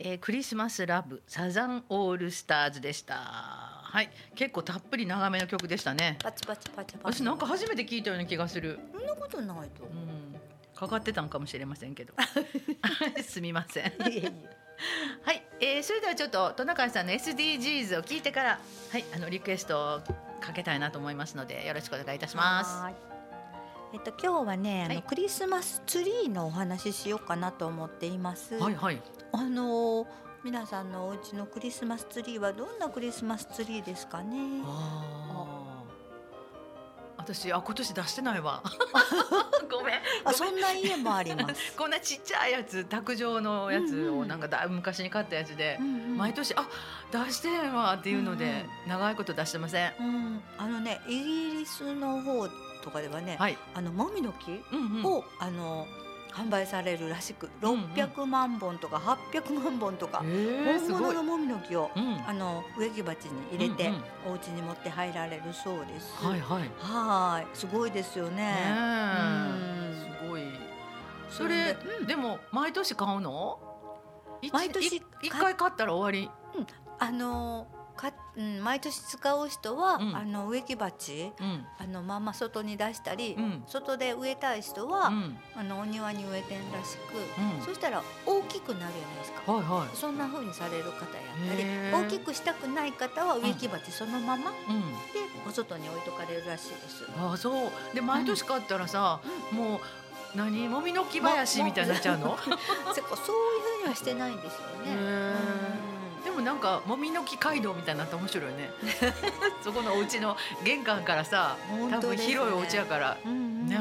[SPEAKER 1] えークリスマスラブサザンオールスターズでした。はい、結構たっぷり長めの曲でしたね。
[SPEAKER 2] パチパチパチパチ。
[SPEAKER 1] 私なんか初めて聞いたような気がする。
[SPEAKER 2] そんなことないと
[SPEAKER 1] う
[SPEAKER 2] 思う。
[SPEAKER 1] ん、かかってたんかもしれませんけど。 [laughs] すみません。
[SPEAKER 2] [laughs] いえいえ
[SPEAKER 1] はい、えー、それではちょっとトナカイさんの SDGs を聞いてから、はい、あのリクエストをかけたいなと思いますので、よろしくお願いいたします。
[SPEAKER 2] はーいえっと今日はね、あ
[SPEAKER 1] は
[SPEAKER 2] の
[SPEAKER 1] い
[SPEAKER 2] クリスマスツリーのお話ししようかなと思っています。
[SPEAKER 1] はいはい。
[SPEAKER 2] あのー皆さんのお家のクリスマスツリーはどんなクリスマスツリーですかね。
[SPEAKER 1] ああ。私あ今年出してない
[SPEAKER 2] [laughs]
[SPEAKER 1] わ。ごめん。
[SPEAKER 2] あ、そんな家もあります。
[SPEAKER 1] こんなちっちゃいやつ卓上のやつ
[SPEAKER 2] うん
[SPEAKER 1] を
[SPEAKER 2] うん
[SPEAKER 1] なんかだいぶ昔に買ったやつで、
[SPEAKER 2] うんうん
[SPEAKER 1] [laughs] 毎年あ出してへんわっていうので、長いこと出してません。
[SPEAKER 2] うん、あのね、イギリスの方とかではね、
[SPEAKER 1] はい。
[SPEAKER 2] あのもみの木
[SPEAKER 1] うんうん。
[SPEAKER 2] を、あの販売されるらしく、
[SPEAKER 1] うんうん
[SPEAKER 2] 600万本とか800万本とか、
[SPEAKER 1] ええすごい。う
[SPEAKER 2] 本物の
[SPEAKER 1] ん。
[SPEAKER 2] もみの木を、あ
[SPEAKER 1] は
[SPEAKER 2] の植木鉢に入れて、
[SPEAKER 1] うんうん
[SPEAKER 2] お家に持って入られるそうです。
[SPEAKER 1] いはい。ね
[SPEAKER 2] はーい、すごいですよね。
[SPEAKER 1] え
[SPEAKER 2] うん
[SPEAKER 1] すごい。それ
[SPEAKER 2] それでうん
[SPEAKER 1] でも毎年買うの？一
[SPEAKER 2] 毎年
[SPEAKER 1] い一回買ったら終わ
[SPEAKER 2] あのか、うん、毎年使う人は、
[SPEAKER 1] うん
[SPEAKER 2] あの植木鉢
[SPEAKER 1] り。うん。
[SPEAKER 2] あのまんま外に出したり、
[SPEAKER 1] うん
[SPEAKER 2] 外で植えたい人は、
[SPEAKER 1] うん
[SPEAKER 2] あのお庭に植えてんらしく、
[SPEAKER 1] うん。
[SPEAKER 2] そしたら大きくなるじゃないですか。
[SPEAKER 1] はいは
[SPEAKER 2] そんな風にされる方やったり
[SPEAKER 1] へー
[SPEAKER 2] 大きくしたくない方は植木鉢そのままで
[SPEAKER 1] い。うん。
[SPEAKER 2] お外に置いとかれるらしいです。
[SPEAKER 1] ああそうで毎年買ったらさ、もう何もみの木林みたいになっちゃうの、
[SPEAKER 2] [laughs] そこそういう風にはしてないんですよ
[SPEAKER 1] へ
[SPEAKER 2] ね。
[SPEAKER 1] えでもなんかもみの木街道みたいになって面白い [laughs] ねそこのお家の玄関からさ
[SPEAKER 2] うん
[SPEAKER 1] 多分広いお家や。から、
[SPEAKER 2] 本当ですねうんうん
[SPEAKER 1] ね
[SPEAKER 2] う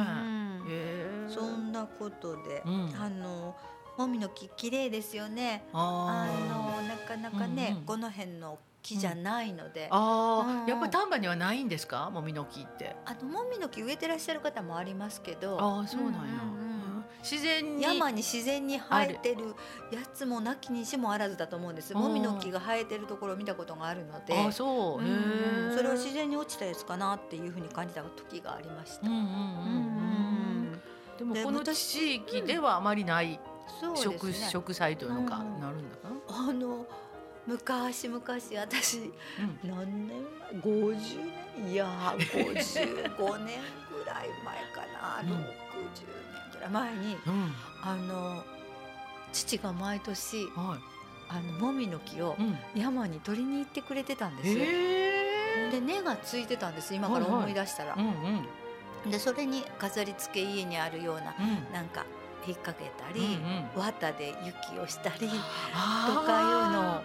[SPEAKER 1] へ
[SPEAKER 2] ん
[SPEAKER 1] え
[SPEAKER 2] そんなことで、
[SPEAKER 1] うん
[SPEAKER 2] あのもみの木綺麗ですよね。
[SPEAKER 1] あ
[SPEAKER 2] あ
[SPEAKER 1] ー
[SPEAKER 2] のなかなかね、
[SPEAKER 1] うんうん
[SPEAKER 2] この辺の木じゃないので、あ
[SPEAKER 1] あー、
[SPEAKER 2] うん
[SPEAKER 1] やっぱり丹波にはないんですかもみの木って
[SPEAKER 2] のもみの木植えてらっしゃる方もありますけど、
[SPEAKER 1] ああそうなんや、
[SPEAKER 2] うんうんうん
[SPEAKER 1] 自然に
[SPEAKER 2] 山に自然に生えてるやつもなきにしもあらずだと思うんです。
[SPEAKER 1] あー
[SPEAKER 2] もみの木が生えてるところを見たことがあるので
[SPEAKER 1] あ、あそう、
[SPEAKER 2] うん
[SPEAKER 1] へ
[SPEAKER 2] うん
[SPEAKER 1] え
[SPEAKER 2] それを自然に落ちたやつかなっていうふうに感じた時がありまし
[SPEAKER 1] う
[SPEAKER 2] た。
[SPEAKER 1] んうん
[SPEAKER 2] う
[SPEAKER 1] うんうん、
[SPEAKER 2] ん
[SPEAKER 1] でも
[SPEAKER 2] で
[SPEAKER 1] この
[SPEAKER 2] 私
[SPEAKER 1] 地域ではあまりない
[SPEAKER 2] そうですね
[SPEAKER 1] 食食材というのか、
[SPEAKER 2] うん
[SPEAKER 1] なるんだかな。
[SPEAKER 2] あの昔昔私
[SPEAKER 1] うん
[SPEAKER 2] 何年前50年いやー55年ぐらい前かな、
[SPEAKER 1] うん
[SPEAKER 2] 60年ぐらい前に
[SPEAKER 1] うん、
[SPEAKER 2] あの父が毎年
[SPEAKER 1] はい。
[SPEAKER 2] あのもみの木を
[SPEAKER 1] うん、
[SPEAKER 2] 山に取りに行ってくれてたんですよ。
[SPEAKER 1] え
[SPEAKER 2] で根がついてたんです今から思い出したら、
[SPEAKER 1] うんうんうん
[SPEAKER 2] でそれに飾り付け家にあるようななんか引っ掛けたり、
[SPEAKER 1] うん
[SPEAKER 2] 綿で雪をしたりと
[SPEAKER 1] と
[SPEAKER 2] かいうのを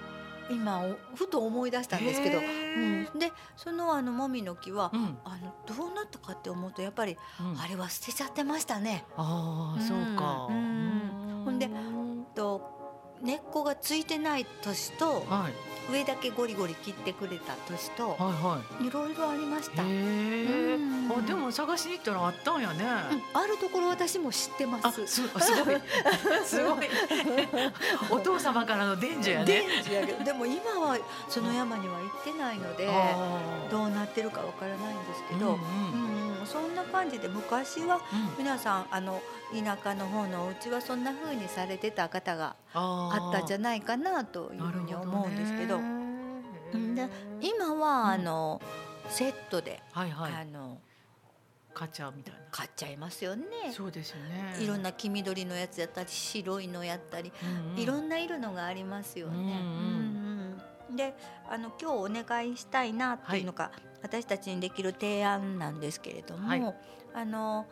[SPEAKER 2] 今おふと思い出したんですけど、
[SPEAKER 1] へー
[SPEAKER 2] うん、でそのあのもみの木は、
[SPEAKER 1] うん
[SPEAKER 2] あのどうなったかって思うとやっぱり、
[SPEAKER 1] うん
[SPEAKER 2] あれは捨てちゃってましたね。
[SPEAKER 1] ああそうか
[SPEAKER 2] うん
[SPEAKER 1] う
[SPEAKER 2] ほんで
[SPEAKER 1] うん
[SPEAKER 2] と根っこがついてない年と
[SPEAKER 1] はい
[SPEAKER 2] 上だけゴリゴリ切ってくれた年と
[SPEAKER 1] はいはい
[SPEAKER 2] ろいろありました。
[SPEAKER 1] いへえ
[SPEAKER 2] うん
[SPEAKER 1] あでも探しに行ったらあったんやね
[SPEAKER 2] うんあるところ私も知ってま
[SPEAKER 1] あ
[SPEAKER 2] す。
[SPEAKER 1] すあす
[SPEAKER 2] [laughs]
[SPEAKER 1] ごいすごい [laughs] お父様からの伝授や
[SPEAKER 2] で
[SPEAKER 1] ね
[SPEAKER 2] やけどでも今はその山には行ってないので
[SPEAKER 1] あー
[SPEAKER 2] どうなってるかわからないんですけ
[SPEAKER 1] う
[SPEAKER 2] ど
[SPEAKER 1] んう、
[SPEAKER 2] うんんそんな感じで昔は
[SPEAKER 1] うん
[SPEAKER 2] 皆さんあの田舎の方のお家はそんな風にされてた方があ
[SPEAKER 1] あ
[SPEAKER 2] ったんじゃ
[SPEAKER 1] な
[SPEAKER 2] ないかなというふうに思うんですけど
[SPEAKER 1] なるほどね
[SPEAKER 2] で今
[SPEAKER 1] ん
[SPEAKER 2] はあの、セットで、
[SPEAKER 1] はいはい
[SPEAKER 2] あの
[SPEAKER 1] 買っちゃうみたい
[SPEAKER 2] 買っちゃいますよね。
[SPEAKER 1] なそうですよね
[SPEAKER 2] いろんな黄緑のやつやったり白いのやったり、
[SPEAKER 1] うんうん
[SPEAKER 2] いろんな色のがありますよね。
[SPEAKER 1] うん
[SPEAKER 2] うんうんであの今日お願いしたいなっていうのが、私たちにできる提案なんですけれども、
[SPEAKER 1] はい
[SPEAKER 2] あの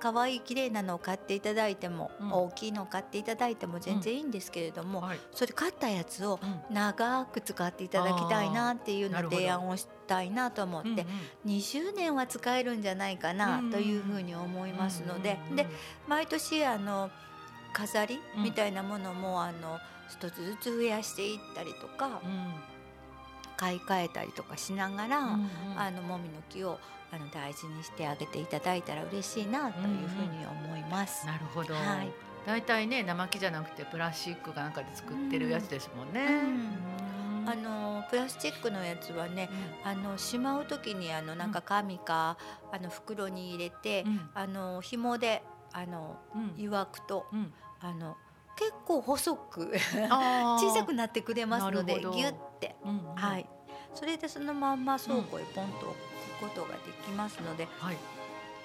[SPEAKER 2] 可愛い綺麗なのを買っていただいても、
[SPEAKER 1] うん
[SPEAKER 2] 大きいのを買っていただいても全然いいんですけれども、
[SPEAKER 1] はい
[SPEAKER 2] それ買ったやつを
[SPEAKER 1] うん
[SPEAKER 2] 長く使っていただきたいなっていうの
[SPEAKER 1] あーなるほ
[SPEAKER 2] を
[SPEAKER 1] ど
[SPEAKER 2] 提案をしたいなと思って、
[SPEAKER 1] うんうん
[SPEAKER 2] 20年は使えるんじゃないかなというふうに思いますので、
[SPEAKER 1] うんうんうん
[SPEAKER 2] で毎年あの飾り
[SPEAKER 1] うん
[SPEAKER 2] みたいなものも、あの一つずつ増やしていったりとか、買い替えたりとかしながら、
[SPEAKER 1] うんうん
[SPEAKER 2] あのもみの木をあの大事にしてあげていただいたら嬉しいなというふうに思います。
[SPEAKER 1] なるほど、
[SPEAKER 2] はい
[SPEAKER 1] 大体ね生木じゃなくてプラスチックかなんかで作ってるやつですもんね、うん
[SPEAKER 2] あのプラスチックのやつはねあのしまう時にあのなんか紙か、あの袋に入れて、
[SPEAKER 1] うん
[SPEAKER 2] あの紐であの
[SPEAKER 1] うん
[SPEAKER 2] いわくと
[SPEAKER 1] うん
[SPEAKER 2] あの結構細く小
[SPEAKER 1] 小
[SPEAKER 2] さくなってくれますの
[SPEAKER 1] な
[SPEAKER 2] で
[SPEAKER 1] るほど
[SPEAKER 2] ギュッて、は、い、それでそのまんま倉庫へポンと置くことができますので、
[SPEAKER 1] うんはい、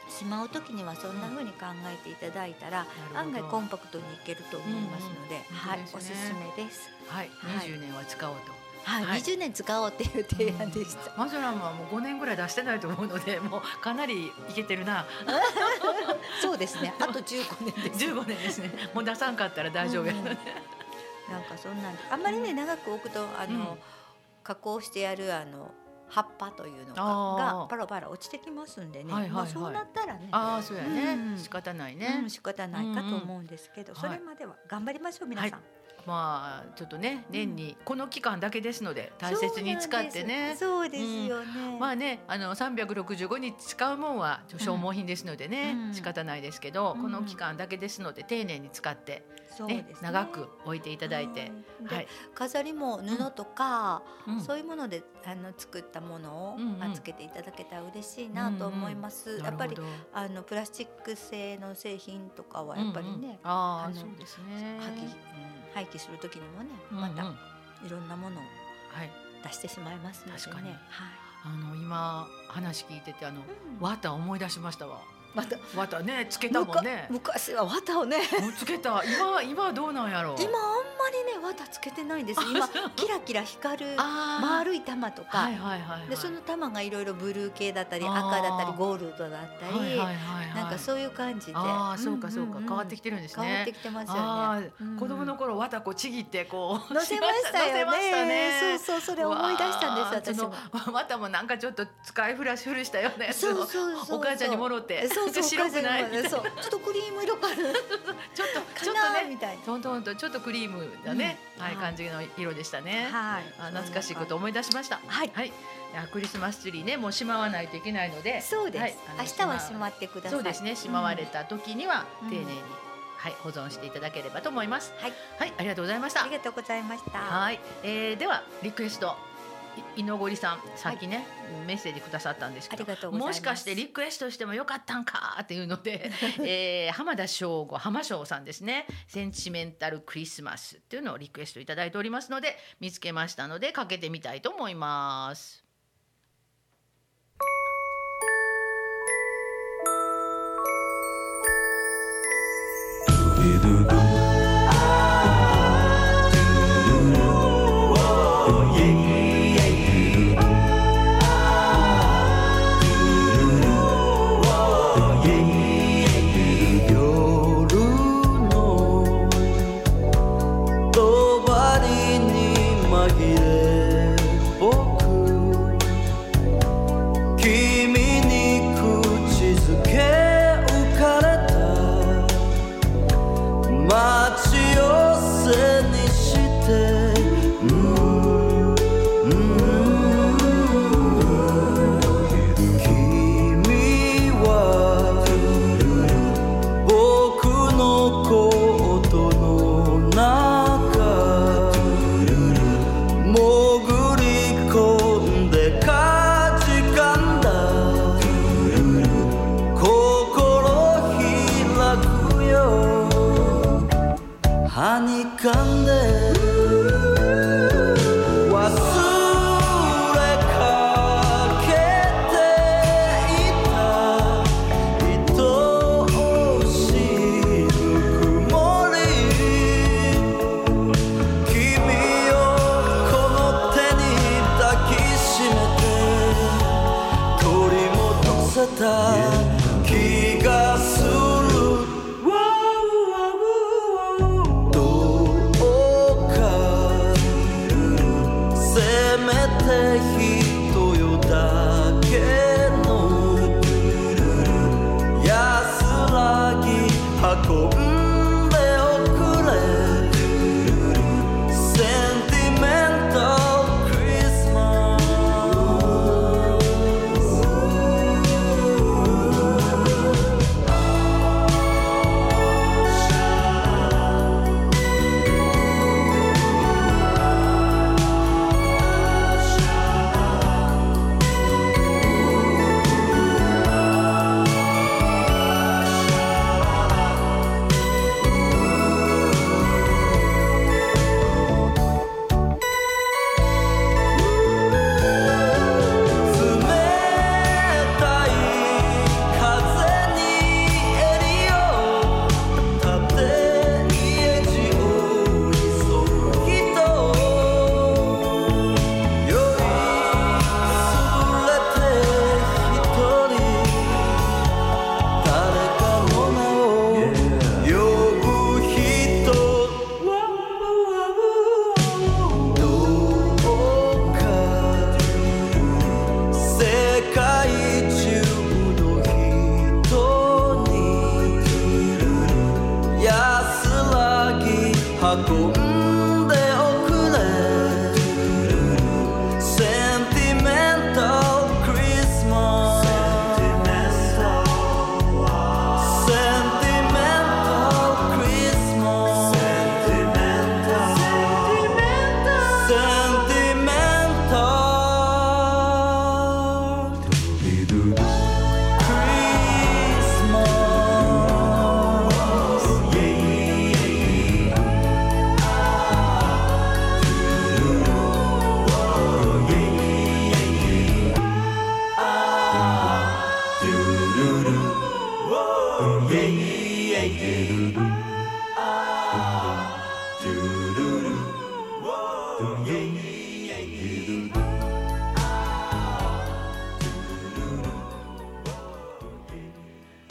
[SPEAKER 2] しまう時にはそんな風に考えていただいたら、
[SPEAKER 1] なる
[SPEAKER 2] 案
[SPEAKER 1] ほど
[SPEAKER 2] 外コンパクトにいけると思いますので、
[SPEAKER 1] うん
[SPEAKER 2] はい、
[SPEAKER 1] 本当
[SPEAKER 2] お
[SPEAKER 1] ですす
[SPEAKER 2] す
[SPEAKER 1] ね
[SPEAKER 2] めです。
[SPEAKER 1] はい、
[SPEAKER 2] はい
[SPEAKER 1] 20年は使おうと。
[SPEAKER 2] はい、
[SPEAKER 1] はい
[SPEAKER 2] 20年使おうっていう提案でした。
[SPEAKER 1] マジョランはもう5年ぐらい出してないと思うので、もうかなりいけてる
[SPEAKER 2] [laughs]
[SPEAKER 1] な。
[SPEAKER 2] [laughs] そうですね。あと15年です。
[SPEAKER 1] 15年ですね。もう出さんかったら大丈夫や。
[SPEAKER 2] うんうんなんかそんなんで、あんまりね長く置くとあの、
[SPEAKER 1] うん
[SPEAKER 2] 加工してやるあの葉っぱというの
[SPEAKER 1] あ
[SPEAKER 2] が
[SPEAKER 1] ー
[SPEAKER 2] がパラパラ落ちてきますんでね。
[SPEAKER 1] はいはいはい
[SPEAKER 2] まあそうなったらね。
[SPEAKER 1] ああ、そうやね、
[SPEAKER 2] うん
[SPEAKER 1] 仕方ないね。
[SPEAKER 2] うん、仕方ないかと思うんですけど、
[SPEAKER 1] うん
[SPEAKER 2] それまでは頑張りましょう皆さん。
[SPEAKER 1] まあちょっとね年にこの期間だけですので大
[SPEAKER 2] そ
[SPEAKER 1] 切
[SPEAKER 2] うなん
[SPEAKER 1] に
[SPEAKER 2] です
[SPEAKER 1] 使ってね。
[SPEAKER 2] そうですよね。
[SPEAKER 1] まあねあの365日使うもんは消耗品ですのでね、
[SPEAKER 2] うん
[SPEAKER 1] 仕方ないですけど、
[SPEAKER 2] うん
[SPEAKER 1] この期間だけですので丁寧に使って、
[SPEAKER 2] そう
[SPEAKER 1] ね
[SPEAKER 2] ですね
[SPEAKER 1] 長く置いていただいて。。
[SPEAKER 2] うんで
[SPEAKER 1] はい、
[SPEAKER 2] 飾りも布とか、
[SPEAKER 1] うん
[SPEAKER 2] そういうものであの作ったものを、
[SPEAKER 1] うんうん
[SPEAKER 2] あつけていただけたら嬉しいなと思います。
[SPEAKER 1] なる
[SPEAKER 2] やっ
[SPEAKER 1] ほ
[SPEAKER 2] ぱ
[SPEAKER 1] ど
[SPEAKER 2] りあのプラスチック製の製品とかはやっぱり
[SPEAKER 1] うんうん
[SPEAKER 2] ね、
[SPEAKER 1] あ
[SPEAKER 2] あ
[SPEAKER 1] あ
[SPEAKER 2] の
[SPEAKER 1] そうですね。
[SPEAKER 2] 破棄、うん廃棄する時にもね、
[SPEAKER 1] うんうん
[SPEAKER 2] またいろんなものを
[SPEAKER 1] はい、
[SPEAKER 2] 出してしまいますのでね。
[SPEAKER 1] 確かに
[SPEAKER 2] はい。
[SPEAKER 1] あの今話聞いててあの、
[SPEAKER 2] うん
[SPEAKER 1] 綿思い出しましたわ。
[SPEAKER 2] また
[SPEAKER 1] 綿ねつけたもんね。
[SPEAKER 2] むか昔は綿をね、
[SPEAKER 1] もうつけた。今今どうなんやろう。
[SPEAKER 2] 今あんまりね綿つけてないんです。今キラキラ光る
[SPEAKER 1] あー
[SPEAKER 2] 丸い玉とか。
[SPEAKER 1] はいはいはいはい。
[SPEAKER 2] でその玉がいろいろブルー系だったり
[SPEAKER 1] あー
[SPEAKER 2] 赤だったりゴールドだったり、
[SPEAKER 1] はいはいはいはい
[SPEAKER 2] なんかそういう感じで
[SPEAKER 1] ああそうかそうか、
[SPEAKER 2] んんん
[SPEAKER 1] 変わってきてるんですね。
[SPEAKER 2] 変わってきてますよ
[SPEAKER 1] あ
[SPEAKER 2] ね、
[SPEAKER 1] あ、子供の頃わたこちぎってこう
[SPEAKER 2] 乗せましたよ
[SPEAKER 1] 乗
[SPEAKER 2] ね
[SPEAKER 1] せましたね
[SPEAKER 2] そうそうそれ思い出したんです私
[SPEAKER 1] う
[SPEAKER 2] も
[SPEAKER 1] わーそのわたもなんかちょっと使い古し古したようなやつ
[SPEAKER 2] そう
[SPEAKER 1] を
[SPEAKER 2] そうそうそう
[SPEAKER 1] お母ちゃんにもろって
[SPEAKER 2] そうそう
[SPEAKER 1] 白くない
[SPEAKER 2] お母さんにもそうちょっとクリーム色がある
[SPEAKER 1] ちょっとちょっと
[SPEAKER 2] かな
[SPEAKER 1] ね
[SPEAKER 2] みたいな
[SPEAKER 1] トントンとちょっとクリームだね、
[SPEAKER 2] うん
[SPEAKER 1] はい
[SPEAKER 2] はい
[SPEAKER 1] 感じの色でしたね。
[SPEAKER 2] はい
[SPEAKER 1] あ懐かしいこと
[SPEAKER 2] 思
[SPEAKER 1] 思い出しました。
[SPEAKER 2] はい
[SPEAKER 1] はい。いやクリスマスツリーねもうしまわないといけないので。
[SPEAKER 2] そうです、
[SPEAKER 1] はいあの
[SPEAKER 2] 明日はしまってください
[SPEAKER 1] そうですね。しまわれ
[SPEAKER 2] うん
[SPEAKER 1] た時には
[SPEAKER 2] うん
[SPEAKER 1] 丁寧に、はい保存していただければと思います。
[SPEAKER 2] はい
[SPEAKER 1] はいありがとうございました
[SPEAKER 2] あり。がとうございました
[SPEAKER 1] はい、えー、ではリクエストい井上さんさっきね、メッセージくださったんですけど
[SPEAKER 2] ありがとうございます
[SPEAKER 1] もしかしてリクエストしてもよかったんかっていうの
[SPEAKER 2] [laughs]
[SPEAKER 1] で、えー、浜田省吾浜省さんですね「センチメンタルクリスマス」っていうのをリクエストいただいておりますので見つけましたのでかけてみたいと思います。
[SPEAKER 3] 夜の帳に紛れ僕君に口づけ浮かれた待ち寄せにしてうんうん君は僕のコートの中潜り込んでかじかんだ心開くよはにかんで忘れかけていた愛おしいぬくもり君をこの手に抱きしめて取り戻せた気がするどうかせめて人よだけの安らぎ運んでおくれセンティメンタルクリスマス「運んでおくれセンティメンタルクリスマスセンティメンタルクリスマスセンティメンタルセンティメンタルクリスマス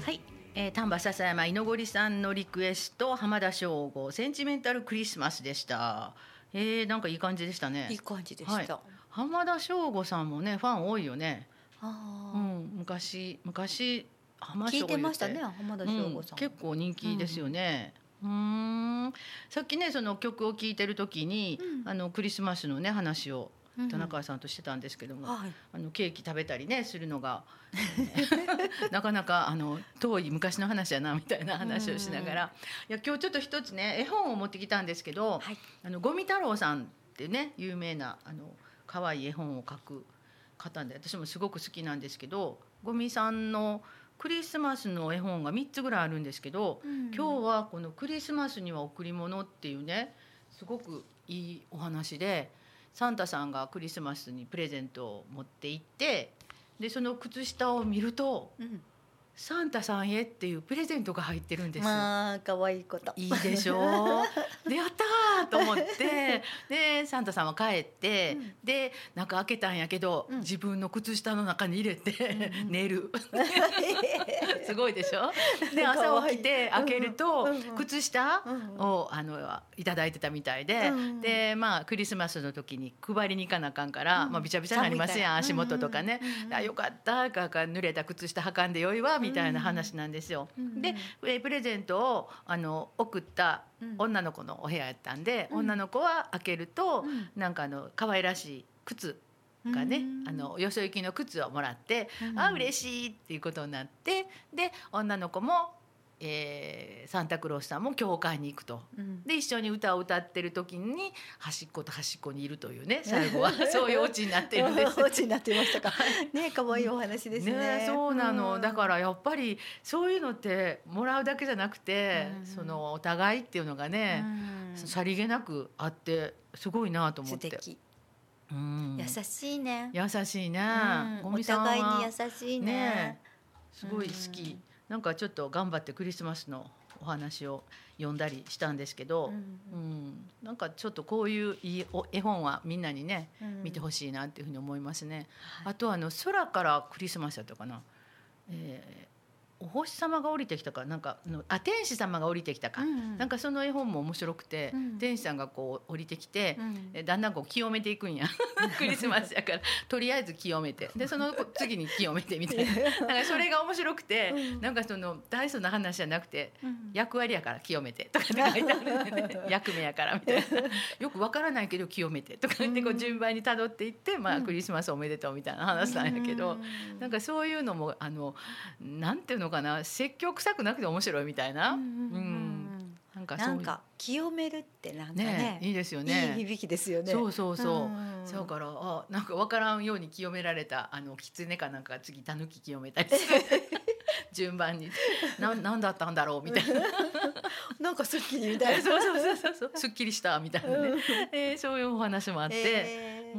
[SPEAKER 1] はい、えー、丹波篠山井のごりさんのリクエスト浜田省吾センチメンタルクリスマスでした。えー、なんかいい感じでしたね。
[SPEAKER 2] いい感じでした。
[SPEAKER 1] はい浜田省吾さんもねファン多いよね。う
[SPEAKER 2] あ
[SPEAKER 1] ん、昔昔浜
[SPEAKER 2] あ、聞
[SPEAKER 1] 省
[SPEAKER 2] い
[SPEAKER 1] 吾
[SPEAKER 2] て
[SPEAKER 1] 言って
[SPEAKER 2] ましたね、浜田省吾さん。
[SPEAKER 1] 結構人気ですよね。うーん、さっきねその曲を聴いてる時に、
[SPEAKER 2] うん
[SPEAKER 1] あのクリスマスのね話を
[SPEAKER 2] うん
[SPEAKER 1] 田中さんとしてたんですけども、
[SPEAKER 2] はい。
[SPEAKER 1] あのケーキ食べたりねするのが [laughs] なかなかあの遠い昔の話やなみたいな話をしながら、いや今日ちょっと一つね絵本を持ってきたんですけど、
[SPEAKER 2] はい
[SPEAKER 1] あのゴミ太郎さんってね有名なあの可愛い絵本を描く方で私もすごく好きなんですけどゴミさんのクリスマスの絵本が3つぐらいあるんですけど、今日はこの「クリスマスには贈り物」っていうねすごくいいお話でサンタさんがクリスマスにプレゼントを持って行ってでその靴下を見ると
[SPEAKER 2] うん。
[SPEAKER 1] 「サンタさんへ」っていうプレゼントが入ってるんです。
[SPEAKER 2] まあ可愛いこと。 [laughs]
[SPEAKER 1] いいでしょうでやったーと思ってでサンタさんは帰って、
[SPEAKER 2] うん
[SPEAKER 1] で中開けたんやけど、
[SPEAKER 2] うん
[SPEAKER 1] 自分の靴下の中に入れて、
[SPEAKER 2] うんうん
[SPEAKER 1] 寝
[SPEAKER 2] [laughs]
[SPEAKER 1] るすごいでしょで
[SPEAKER 2] か
[SPEAKER 1] 朝
[SPEAKER 2] わいい
[SPEAKER 1] 起きて開けると、
[SPEAKER 2] うんうん
[SPEAKER 1] 靴下
[SPEAKER 2] うん
[SPEAKER 1] をあのいただいてたみたいで、
[SPEAKER 2] うん
[SPEAKER 1] でまあクリスマスの時に配りに行かなあかんから、
[SPEAKER 2] うん
[SPEAKER 1] まあ、びちゃびちゃになりますやん足
[SPEAKER 2] 寒いから
[SPEAKER 1] 元とかね、
[SPEAKER 2] うんうんうんうん
[SPEAKER 1] あよかったかか濡れた靴下はかんでよいわみたいな話なんですよ。
[SPEAKER 2] うんうん
[SPEAKER 1] でえプレゼントをあの送った
[SPEAKER 2] うん
[SPEAKER 1] 女の子のお部屋やったんで、
[SPEAKER 2] うん
[SPEAKER 1] 女の子は開けると、
[SPEAKER 2] うん
[SPEAKER 1] なんかあの可愛らしい靴がね、
[SPEAKER 2] うん
[SPEAKER 1] あのよそ行きの靴をもらって、
[SPEAKER 2] うん
[SPEAKER 1] あ嬉しいっていうことになってで女の子も、えーサンタクロースさんも教会に行くと。
[SPEAKER 2] うん
[SPEAKER 1] で一緒に歌を歌ってる時に端っこと端っこにいるというね最後
[SPEAKER 2] [laughs]
[SPEAKER 1] はそういうオチになってるんです。
[SPEAKER 2] お家になってましたか。ね、可愛いお話ですね。。
[SPEAKER 1] えそうなの、だかららやっぱりそういうのってもらうだけじゃなくて、
[SPEAKER 2] うん
[SPEAKER 1] そのお互いっていうのが
[SPEAKER 2] う
[SPEAKER 1] ね、
[SPEAKER 2] ん
[SPEAKER 1] さりげなくあってすごいなと思っ
[SPEAKER 2] 素
[SPEAKER 1] て、
[SPEAKER 2] 敵。
[SPEAKER 1] うん、
[SPEAKER 2] 優しいね。
[SPEAKER 1] 優しいね、
[SPEAKER 2] うん
[SPEAKER 1] ゴ
[SPEAKER 2] お
[SPEAKER 1] ミさんは
[SPEAKER 2] 互いに優しいね
[SPEAKER 1] ね。すごい好き、
[SPEAKER 2] うん
[SPEAKER 1] なんかちょっと頑張ってクリスマスのお話を読んだりしたんですけど、うんなんかちょっとこういういいお絵本はみんなにね見て
[SPEAKER 2] し
[SPEAKER 1] ほしいなっていうふうに思いますね。あとあの空からクリスマスだったかな、えーお星様が降りてきたかなんかあのあ天使様が降りてきたか、なん
[SPEAKER 2] か、
[SPEAKER 1] かその絵本も面白くて、
[SPEAKER 2] うん
[SPEAKER 1] 天使さんがこう降りてきて
[SPEAKER 2] う、ん
[SPEAKER 1] えだん [laughs] だんこう清めていくん [laughs] やクリスマスやからとりあえず清めてでその子次に清めてみた [laughs] いななんかそれが面白くて、
[SPEAKER 2] うん
[SPEAKER 1] なんかその大層な話じゃなくて
[SPEAKER 2] うん
[SPEAKER 1] 役割やから清めてとかって書いてあるんで
[SPEAKER 2] [laughs]
[SPEAKER 1] ね役目やからみたいなよくわからないけど清めてとか言ってこ
[SPEAKER 2] う
[SPEAKER 1] うん順番にたどっていって、ま
[SPEAKER 2] う
[SPEAKER 1] あ、
[SPEAKER 2] ん
[SPEAKER 1] クリスマスおめでとうみたいな話なんやけど、
[SPEAKER 2] う
[SPEAKER 1] なんかそういうのもあのなんていうのかな説教臭くなくて面白いみたいな、
[SPEAKER 2] うんうんうん
[SPEAKER 1] なんかそう
[SPEAKER 2] なんか清めるってなんか
[SPEAKER 1] ね
[SPEAKER 2] ね
[SPEAKER 1] いいですよ
[SPEAKER 2] いい
[SPEAKER 1] ね。
[SPEAKER 2] 響きですよね。
[SPEAKER 1] そうそうそう、
[SPEAKER 2] うん
[SPEAKER 1] そうからあなんかわからんように清められたあの狐かなんかが次タヌキ清めたりす
[SPEAKER 2] [laughs]
[SPEAKER 1] る順番にななんだったんだろうみたいな。
[SPEAKER 2] なんかすっきりみたい
[SPEAKER 1] [laughs]
[SPEAKER 2] な。
[SPEAKER 1] そうそうそうそうそうすっきりしたみたいなね、えーそういうお話もあって、
[SPEAKER 2] え
[SPEAKER 1] う
[SPEAKER 2] ー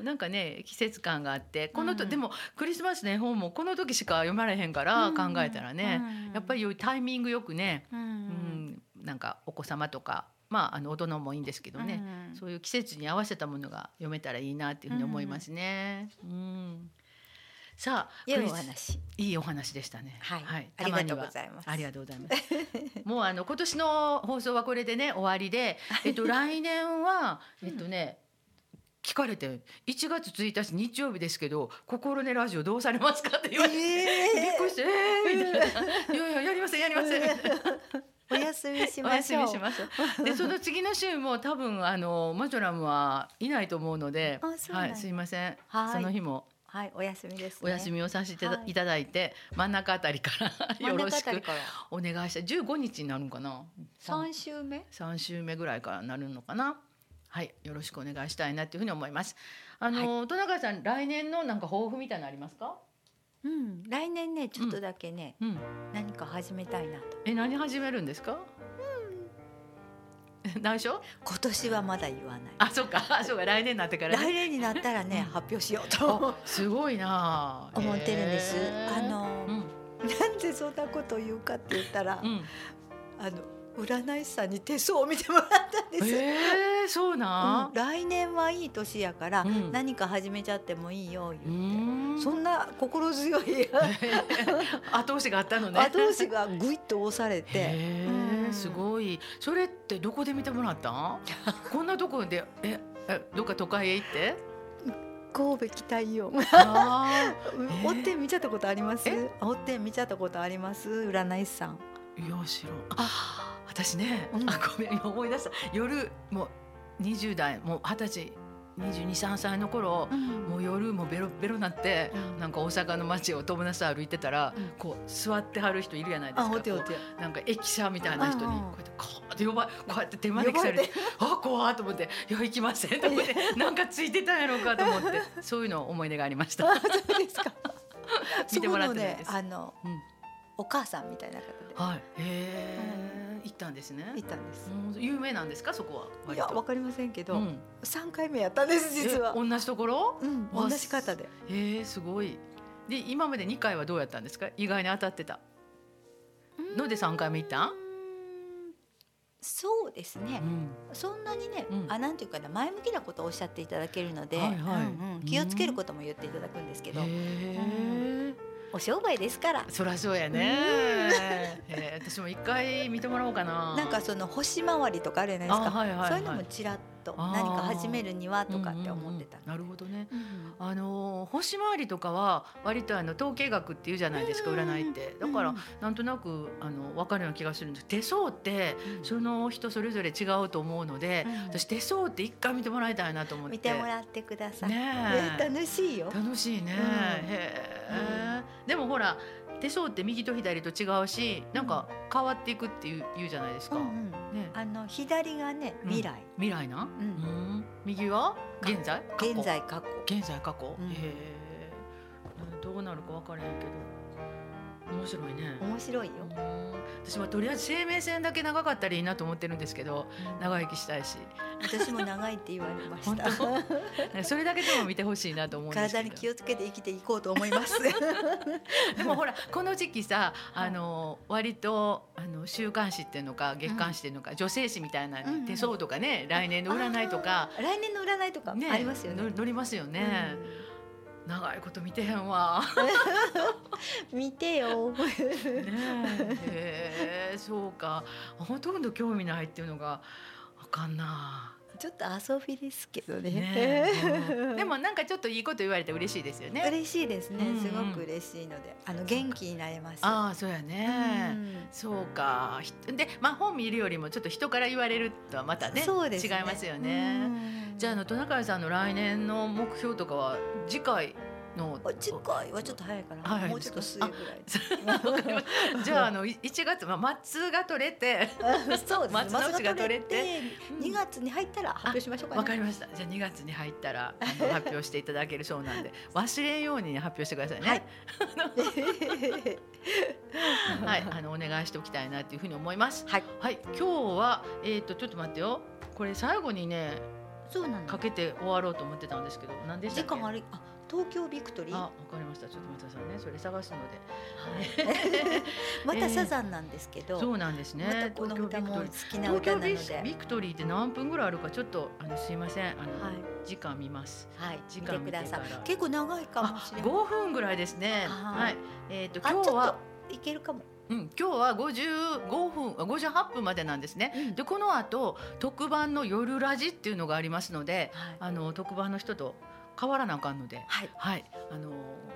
[SPEAKER 1] んなんかね季節感があってこのと、
[SPEAKER 2] うん
[SPEAKER 1] でもクリスマスの絵本もこの時しか読まれへんから
[SPEAKER 2] うん
[SPEAKER 1] 考えたらね、
[SPEAKER 2] うん
[SPEAKER 1] やっぱりよりタイミングよくね、
[SPEAKER 2] う
[SPEAKER 1] うんんなんかお子様とか、まあ、あの大人もいいんですけどね、
[SPEAKER 2] うん
[SPEAKER 1] そういう季節に合わせたものが読めたらいいなっていうふうに思いますね。うんさあ
[SPEAKER 2] 良い
[SPEAKER 1] クリ
[SPEAKER 2] お
[SPEAKER 1] ス
[SPEAKER 2] 話。
[SPEAKER 1] いいお話でしたね。
[SPEAKER 2] はいあ
[SPEAKER 1] た
[SPEAKER 2] り
[SPEAKER 1] ま
[SPEAKER 2] が
[SPEAKER 1] に
[SPEAKER 2] とう
[SPEAKER 1] は
[SPEAKER 2] ございます
[SPEAKER 1] ありがとうございます。もうあの今年の放送はこれでね終わり
[SPEAKER 2] [laughs]
[SPEAKER 1] で、えっと来年はえっとね。聞かれて1月1日日曜日ですけど「心根ラジオどうされますか?」って言われて、
[SPEAKER 2] えー [laughs]
[SPEAKER 1] びっくりして「えー!」みたいな「いやいややりませんやりません」みたいな
[SPEAKER 2] お休休みし
[SPEAKER 1] お
[SPEAKER 2] まし
[SPEAKER 1] 休
[SPEAKER 2] ょう
[SPEAKER 1] みします。で、その次の週も多分あのマジョラムはいないと思うので
[SPEAKER 2] あ、そうなん
[SPEAKER 1] は
[SPEAKER 2] だ
[SPEAKER 1] い、すいません。
[SPEAKER 2] はい
[SPEAKER 1] その日も
[SPEAKER 2] はいお休みです、ね、
[SPEAKER 1] お休みをさせていた
[SPEAKER 2] はい
[SPEAKER 1] いただいて、真ん中あたりから [laughs] よろし
[SPEAKER 2] 真ん中あたり
[SPEAKER 1] く
[SPEAKER 2] から
[SPEAKER 1] お願いして、15日になるんかな。
[SPEAKER 2] 三週目
[SPEAKER 1] 三週目ぐらいからなるのかな。はい、よろしくお願いしたいなというふうに思います。あの、戸中さん、来年のなんか抱負みたいなのありますか。
[SPEAKER 2] うん来年ねちょっとだけね、
[SPEAKER 1] うん、
[SPEAKER 2] 何か始めたいなと
[SPEAKER 1] え、何始めるんですか。うん、 [laughs] 内緒。
[SPEAKER 2] 今年はまだ言わない
[SPEAKER 1] あ、そうか、 [laughs] あそうか、来年になってから、
[SPEAKER 2] 来
[SPEAKER 1] ね。
[SPEAKER 2] 年になったらね
[SPEAKER 1] うん
[SPEAKER 2] 発表しよう
[SPEAKER 1] あ
[SPEAKER 2] と
[SPEAKER 1] すごいなあ。
[SPEAKER 2] 思ってるんです
[SPEAKER 1] へー
[SPEAKER 2] あ。の、
[SPEAKER 1] うん、
[SPEAKER 2] なんでそんなこと言うかって言ったら、
[SPEAKER 1] うん、
[SPEAKER 2] あの占い師さんに手相を見てもらったんです、
[SPEAKER 1] ええそう
[SPEAKER 2] う、。
[SPEAKER 1] なん
[SPEAKER 2] 来年はいい年やから、
[SPEAKER 1] うん
[SPEAKER 2] 何か始めちゃってもいい
[SPEAKER 1] う
[SPEAKER 2] よ言って、
[SPEAKER 1] ん。
[SPEAKER 2] そんな心強い
[SPEAKER 1] 後押しがあったのね。
[SPEAKER 2] 後押しがぐいっと押されて
[SPEAKER 1] へ
[SPEAKER 2] う
[SPEAKER 1] え
[SPEAKER 2] ん
[SPEAKER 1] すごいそれってどこで見てもらった
[SPEAKER 2] [laughs]
[SPEAKER 1] んこんなとこでええどっか都会へ行って
[SPEAKER 2] 神戸期待よ
[SPEAKER 1] あ
[SPEAKER 2] おって見ちゃったことあります
[SPEAKER 1] え
[SPEAKER 2] おって見ちゃったことあります占い師さん
[SPEAKER 1] ーいや知らんあ私ね、
[SPEAKER 2] うん
[SPEAKER 1] あごめん今思い出した夜もう20代もう二十歳223歳の頃、もう夜もうベロベロなって、
[SPEAKER 2] うん
[SPEAKER 1] なんか大阪の街を友達と歩いてたら、
[SPEAKER 2] うん
[SPEAKER 1] こう座ってはる人いるじゃないです
[SPEAKER 2] あ
[SPEAKER 1] か
[SPEAKER 2] おってお
[SPEAKER 1] こ
[SPEAKER 2] って
[SPEAKER 1] うなんか駅舎みたいな人に
[SPEAKER 2] う
[SPEAKER 1] こ
[SPEAKER 2] んう
[SPEAKER 1] う
[SPEAKER 2] ん
[SPEAKER 1] やってこうやって呼ばこうやって手招きされて
[SPEAKER 2] 呼ば
[SPEAKER 1] あ怖っと思って「いや行きません」と思ってなんかついてたんやろうかと思ってそういうのを思い出がありました。
[SPEAKER 2] あそうですか
[SPEAKER 1] [laughs] 見てもらってないです
[SPEAKER 2] そういうのねあの、
[SPEAKER 1] うん
[SPEAKER 2] お母さんみたいな方で
[SPEAKER 1] はい、へえ、行ったんですね
[SPEAKER 2] 行ったんです、
[SPEAKER 1] うん有名なんですかそこは割
[SPEAKER 2] いや
[SPEAKER 1] と
[SPEAKER 2] わかりませんけど、
[SPEAKER 1] うん
[SPEAKER 2] 三回目やったんです実は
[SPEAKER 1] え。同じところ
[SPEAKER 2] うん、
[SPEAKER 1] わ
[SPEAKER 2] 同じ方で。
[SPEAKER 1] へえすごいで今まで2回はどうやったんですか意外に当たってたので3回目行ったん
[SPEAKER 2] そうですね、
[SPEAKER 1] ん
[SPEAKER 2] そんなにね、
[SPEAKER 1] うん
[SPEAKER 2] あなんていうかな前向きなことをおっしゃっていただけるので、
[SPEAKER 1] はいはい
[SPEAKER 2] うんうん気をつけることも言っていただくんですけど、
[SPEAKER 1] へえ
[SPEAKER 2] お商売ですから
[SPEAKER 1] そらそうやねへえ私も一回見てもらおうかな
[SPEAKER 2] なんかその星回りとかあるじゃないですか、
[SPEAKER 1] あはいはいはい
[SPEAKER 2] そういうのもちらっと
[SPEAKER 1] あー
[SPEAKER 2] 何か始めるにはとかって思ってた
[SPEAKER 1] うんうんうんなるほどね
[SPEAKER 2] うん
[SPEAKER 1] あのー星回りとかは割とあの統計学っていうじゃないですか
[SPEAKER 2] うんうんうん
[SPEAKER 1] 占いってだから
[SPEAKER 2] うん
[SPEAKER 1] なんとなくあの分かるような気がするんです手相ってその人それぞれ違うと思うので、
[SPEAKER 2] うん
[SPEAKER 1] 私手相って一回見てもらいたいなと思って
[SPEAKER 2] 見てもらってください、
[SPEAKER 1] ねえ
[SPEAKER 2] ね楽しいよ
[SPEAKER 1] 楽しいね、
[SPEAKER 2] うん
[SPEAKER 1] へえ、でもほら手相って右と左と違うしなんか変わっていくっていう言うじゃないです
[SPEAKER 2] う
[SPEAKER 1] か、
[SPEAKER 2] んうん
[SPEAKER 1] ね
[SPEAKER 2] あの左がね
[SPEAKER 1] うん
[SPEAKER 2] 未来、
[SPEAKER 1] 未来な、
[SPEAKER 2] うん
[SPEAKER 1] うん右は現在過去
[SPEAKER 2] 現在過去
[SPEAKER 1] 現在過去、
[SPEAKER 2] うん
[SPEAKER 1] へえどうなるか分からへんけど面白いね、
[SPEAKER 2] 面白いよ、
[SPEAKER 1] うん私はとりあえず生命線だけ長かったらいいなと思ってるんですけど長生きしたいし
[SPEAKER 2] 私も長いって言われました [laughs]
[SPEAKER 1] それだけでも見てほしいなと思うんですけど
[SPEAKER 2] 体に気をつけて生きていこうと思います
[SPEAKER 1] でもほらこの時期
[SPEAKER 2] [laughs]
[SPEAKER 1] さあの割とあの週刊誌っていうのか月刊誌っていうのか、女性誌みたいな
[SPEAKER 2] うんうん
[SPEAKER 1] 手相とかね、来年の占いとか。
[SPEAKER 2] あー来年の占いとか
[SPEAKER 1] ね、
[SPEAKER 2] [laughs] ありますよね
[SPEAKER 1] の乗りますよね、長いこと見てへんわ。
[SPEAKER 2] うん見てよ
[SPEAKER 1] ね [laughs] え、へえそうか。ほとんど興味ないっていうのがわかんな。
[SPEAKER 2] ちょっと遊びですけどね
[SPEAKER 1] ねえ
[SPEAKER 2] [laughs]
[SPEAKER 1] でもなんかちょっといいこと言われて嬉しいですよね。
[SPEAKER 2] 嬉しいですね、
[SPEAKER 1] うんうん
[SPEAKER 2] すごく嬉しいのであの元気になれます
[SPEAKER 1] ああそうやね。
[SPEAKER 2] うん
[SPEAKER 1] そうか。ひで、まあ本見るよりもちょっと人から言われるとはまたね、
[SPEAKER 2] そうですね
[SPEAKER 1] 違いますよね。
[SPEAKER 2] うん
[SPEAKER 1] じゃああの戸中さんの来年の目標とかは次回の
[SPEAKER 2] あ次回はちょっと早いから、
[SPEAKER 1] はい
[SPEAKER 2] もうちょっと末ぐらい
[SPEAKER 1] わかりましたじゃああのい1月まあ松が取れて
[SPEAKER 2] そうです
[SPEAKER 1] 松の内が取れてうん
[SPEAKER 2] 2月に入ったら発表しましょうかね
[SPEAKER 1] わかりましたじゃあ2月に入ったらあの発表していただけるそうなん
[SPEAKER 2] [laughs]
[SPEAKER 1] で忘れんように発表してくださいね
[SPEAKER 2] はい
[SPEAKER 1] はい、あのお願いしておきたいなというふうに思います
[SPEAKER 2] はい
[SPEAKER 1] はい今日はえっ、とちょっと待ってよこれ最後にね
[SPEAKER 2] [laughs] そうなの
[SPEAKER 1] かけて終わろうと思ってたんですけど何でした
[SPEAKER 2] 時
[SPEAKER 1] っけ
[SPEAKER 2] 間悪いあ東京ビクトリ
[SPEAKER 1] あ
[SPEAKER 2] ー
[SPEAKER 1] わかりましたちょっと待ってくださいねそれ探すので
[SPEAKER 2] [laughs] またサザンなんですけど、
[SPEAKER 1] そうなんですね。
[SPEAKER 2] またこの歌も好きな
[SPEAKER 1] 東
[SPEAKER 2] 歌
[SPEAKER 1] 京
[SPEAKER 2] なので
[SPEAKER 1] ビスビクトリーって何分ぐらいあるかちょっとあのすいませんあの、
[SPEAKER 2] はい
[SPEAKER 1] 時間見ます。
[SPEAKER 2] はい
[SPEAKER 1] 時
[SPEAKER 2] 見て
[SPEAKER 1] 間見
[SPEAKER 2] く
[SPEAKER 1] てから
[SPEAKER 2] ださい結構長いかも
[SPEAKER 1] あ
[SPEAKER 2] しれない
[SPEAKER 1] 5分ぐらいですね。
[SPEAKER 2] は
[SPEAKER 1] はいい。えっ、と
[SPEAKER 2] あ
[SPEAKER 1] 今日は
[SPEAKER 2] ちょっといけるかも、
[SPEAKER 1] うん今日は55分あ58分までなんですね。
[SPEAKER 2] うん
[SPEAKER 1] でこの後特番の夜ラジっていうのがありますので、
[SPEAKER 2] はい
[SPEAKER 1] あの特番の人と変わらなあかんので、
[SPEAKER 2] はい。
[SPEAKER 1] はい、あの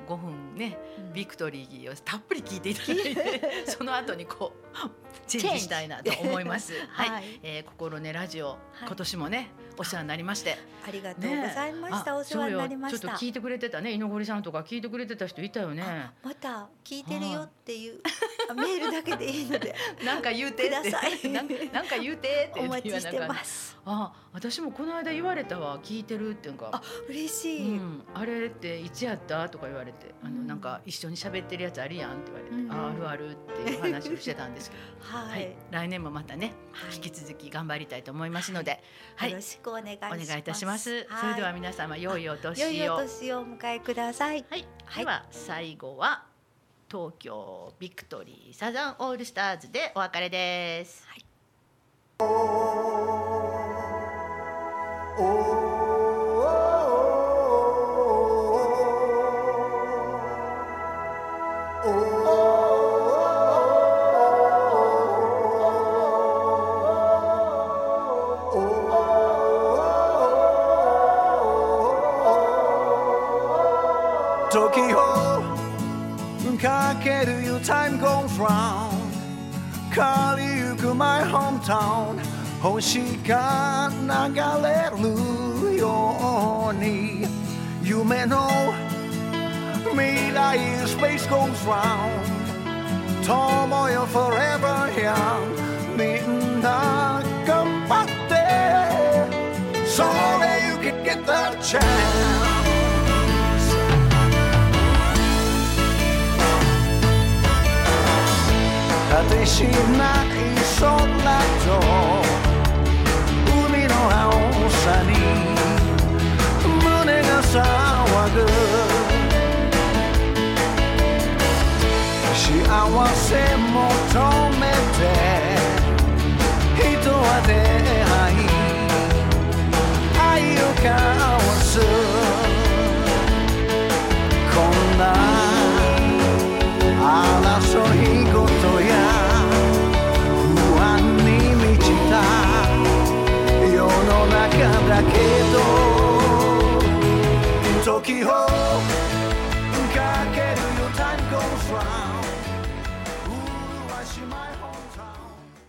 [SPEAKER 1] 5分ね
[SPEAKER 2] うん
[SPEAKER 1] ビクトリーをたっぷり聞いていただいて
[SPEAKER 2] [laughs]
[SPEAKER 1] その後にこうチェンジしたいなと思います。はい、
[SPEAKER 2] はい。
[SPEAKER 1] えー、心ねラジオ、
[SPEAKER 2] い
[SPEAKER 1] 今年もねお世話になりまして
[SPEAKER 2] ありがとうございました。お世話になりまし
[SPEAKER 1] そうよちょ
[SPEAKER 2] た
[SPEAKER 1] っと。聞いてくれてたね井の堀さんとか聞いてくれてた人いたよね
[SPEAKER 2] あまた聞いてるよっていうあメールだけでいいので
[SPEAKER 1] なんか言うて [laughs] って
[SPEAKER 2] ください
[SPEAKER 1] [laughs] なんなんか言うてって
[SPEAKER 2] お待ちし
[SPEAKER 1] 言
[SPEAKER 2] て
[SPEAKER 1] わなあかん
[SPEAKER 2] ます。
[SPEAKER 1] あ私もこの間言われたわ聞いてるっていうか
[SPEAKER 2] あ嬉し
[SPEAKER 1] う
[SPEAKER 2] い。
[SPEAKER 1] ん、あれっていつやったとか言われてあの、
[SPEAKER 2] うん
[SPEAKER 1] なんか一緒に喋ってるやつあるやんって言われて、
[SPEAKER 2] うん
[SPEAKER 1] ああるあるっていう話をしてたんですけど、
[SPEAKER 2] [laughs] は
[SPEAKER 1] はいい、来年もまたね
[SPEAKER 2] はい
[SPEAKER 1] 引き続き頑張りたいと思いますので、はい
[SPEAKER 2] よろしくお願いし
[SPEAKER 1] お
[SPEAKER 2] ます。
[SPEAKER 1] 願いいたします。
[SPEAKER 2] はい
[SPEAKER 1] それでは皆様良いお年を。
[SPEAKER 2] 良いお年をお迎えください。
[SPEAKER 1] はい、
[SPEAKER 2] は
[SPEAKER 1] で
[SPEAKER 2] い
[SPEAKER 1] は最後は東京ビクトリーサザンオールスターズでお別れです。
[SPEAKER 3] 時をかける You time goes round 変わりゆく my hometown 星が流れるように夢の未来 space goes round 友よ forever young みんな頑張ってそれ you can get the chance「果てしない空と海の青さに胸が騒ぐ」um「幸せ求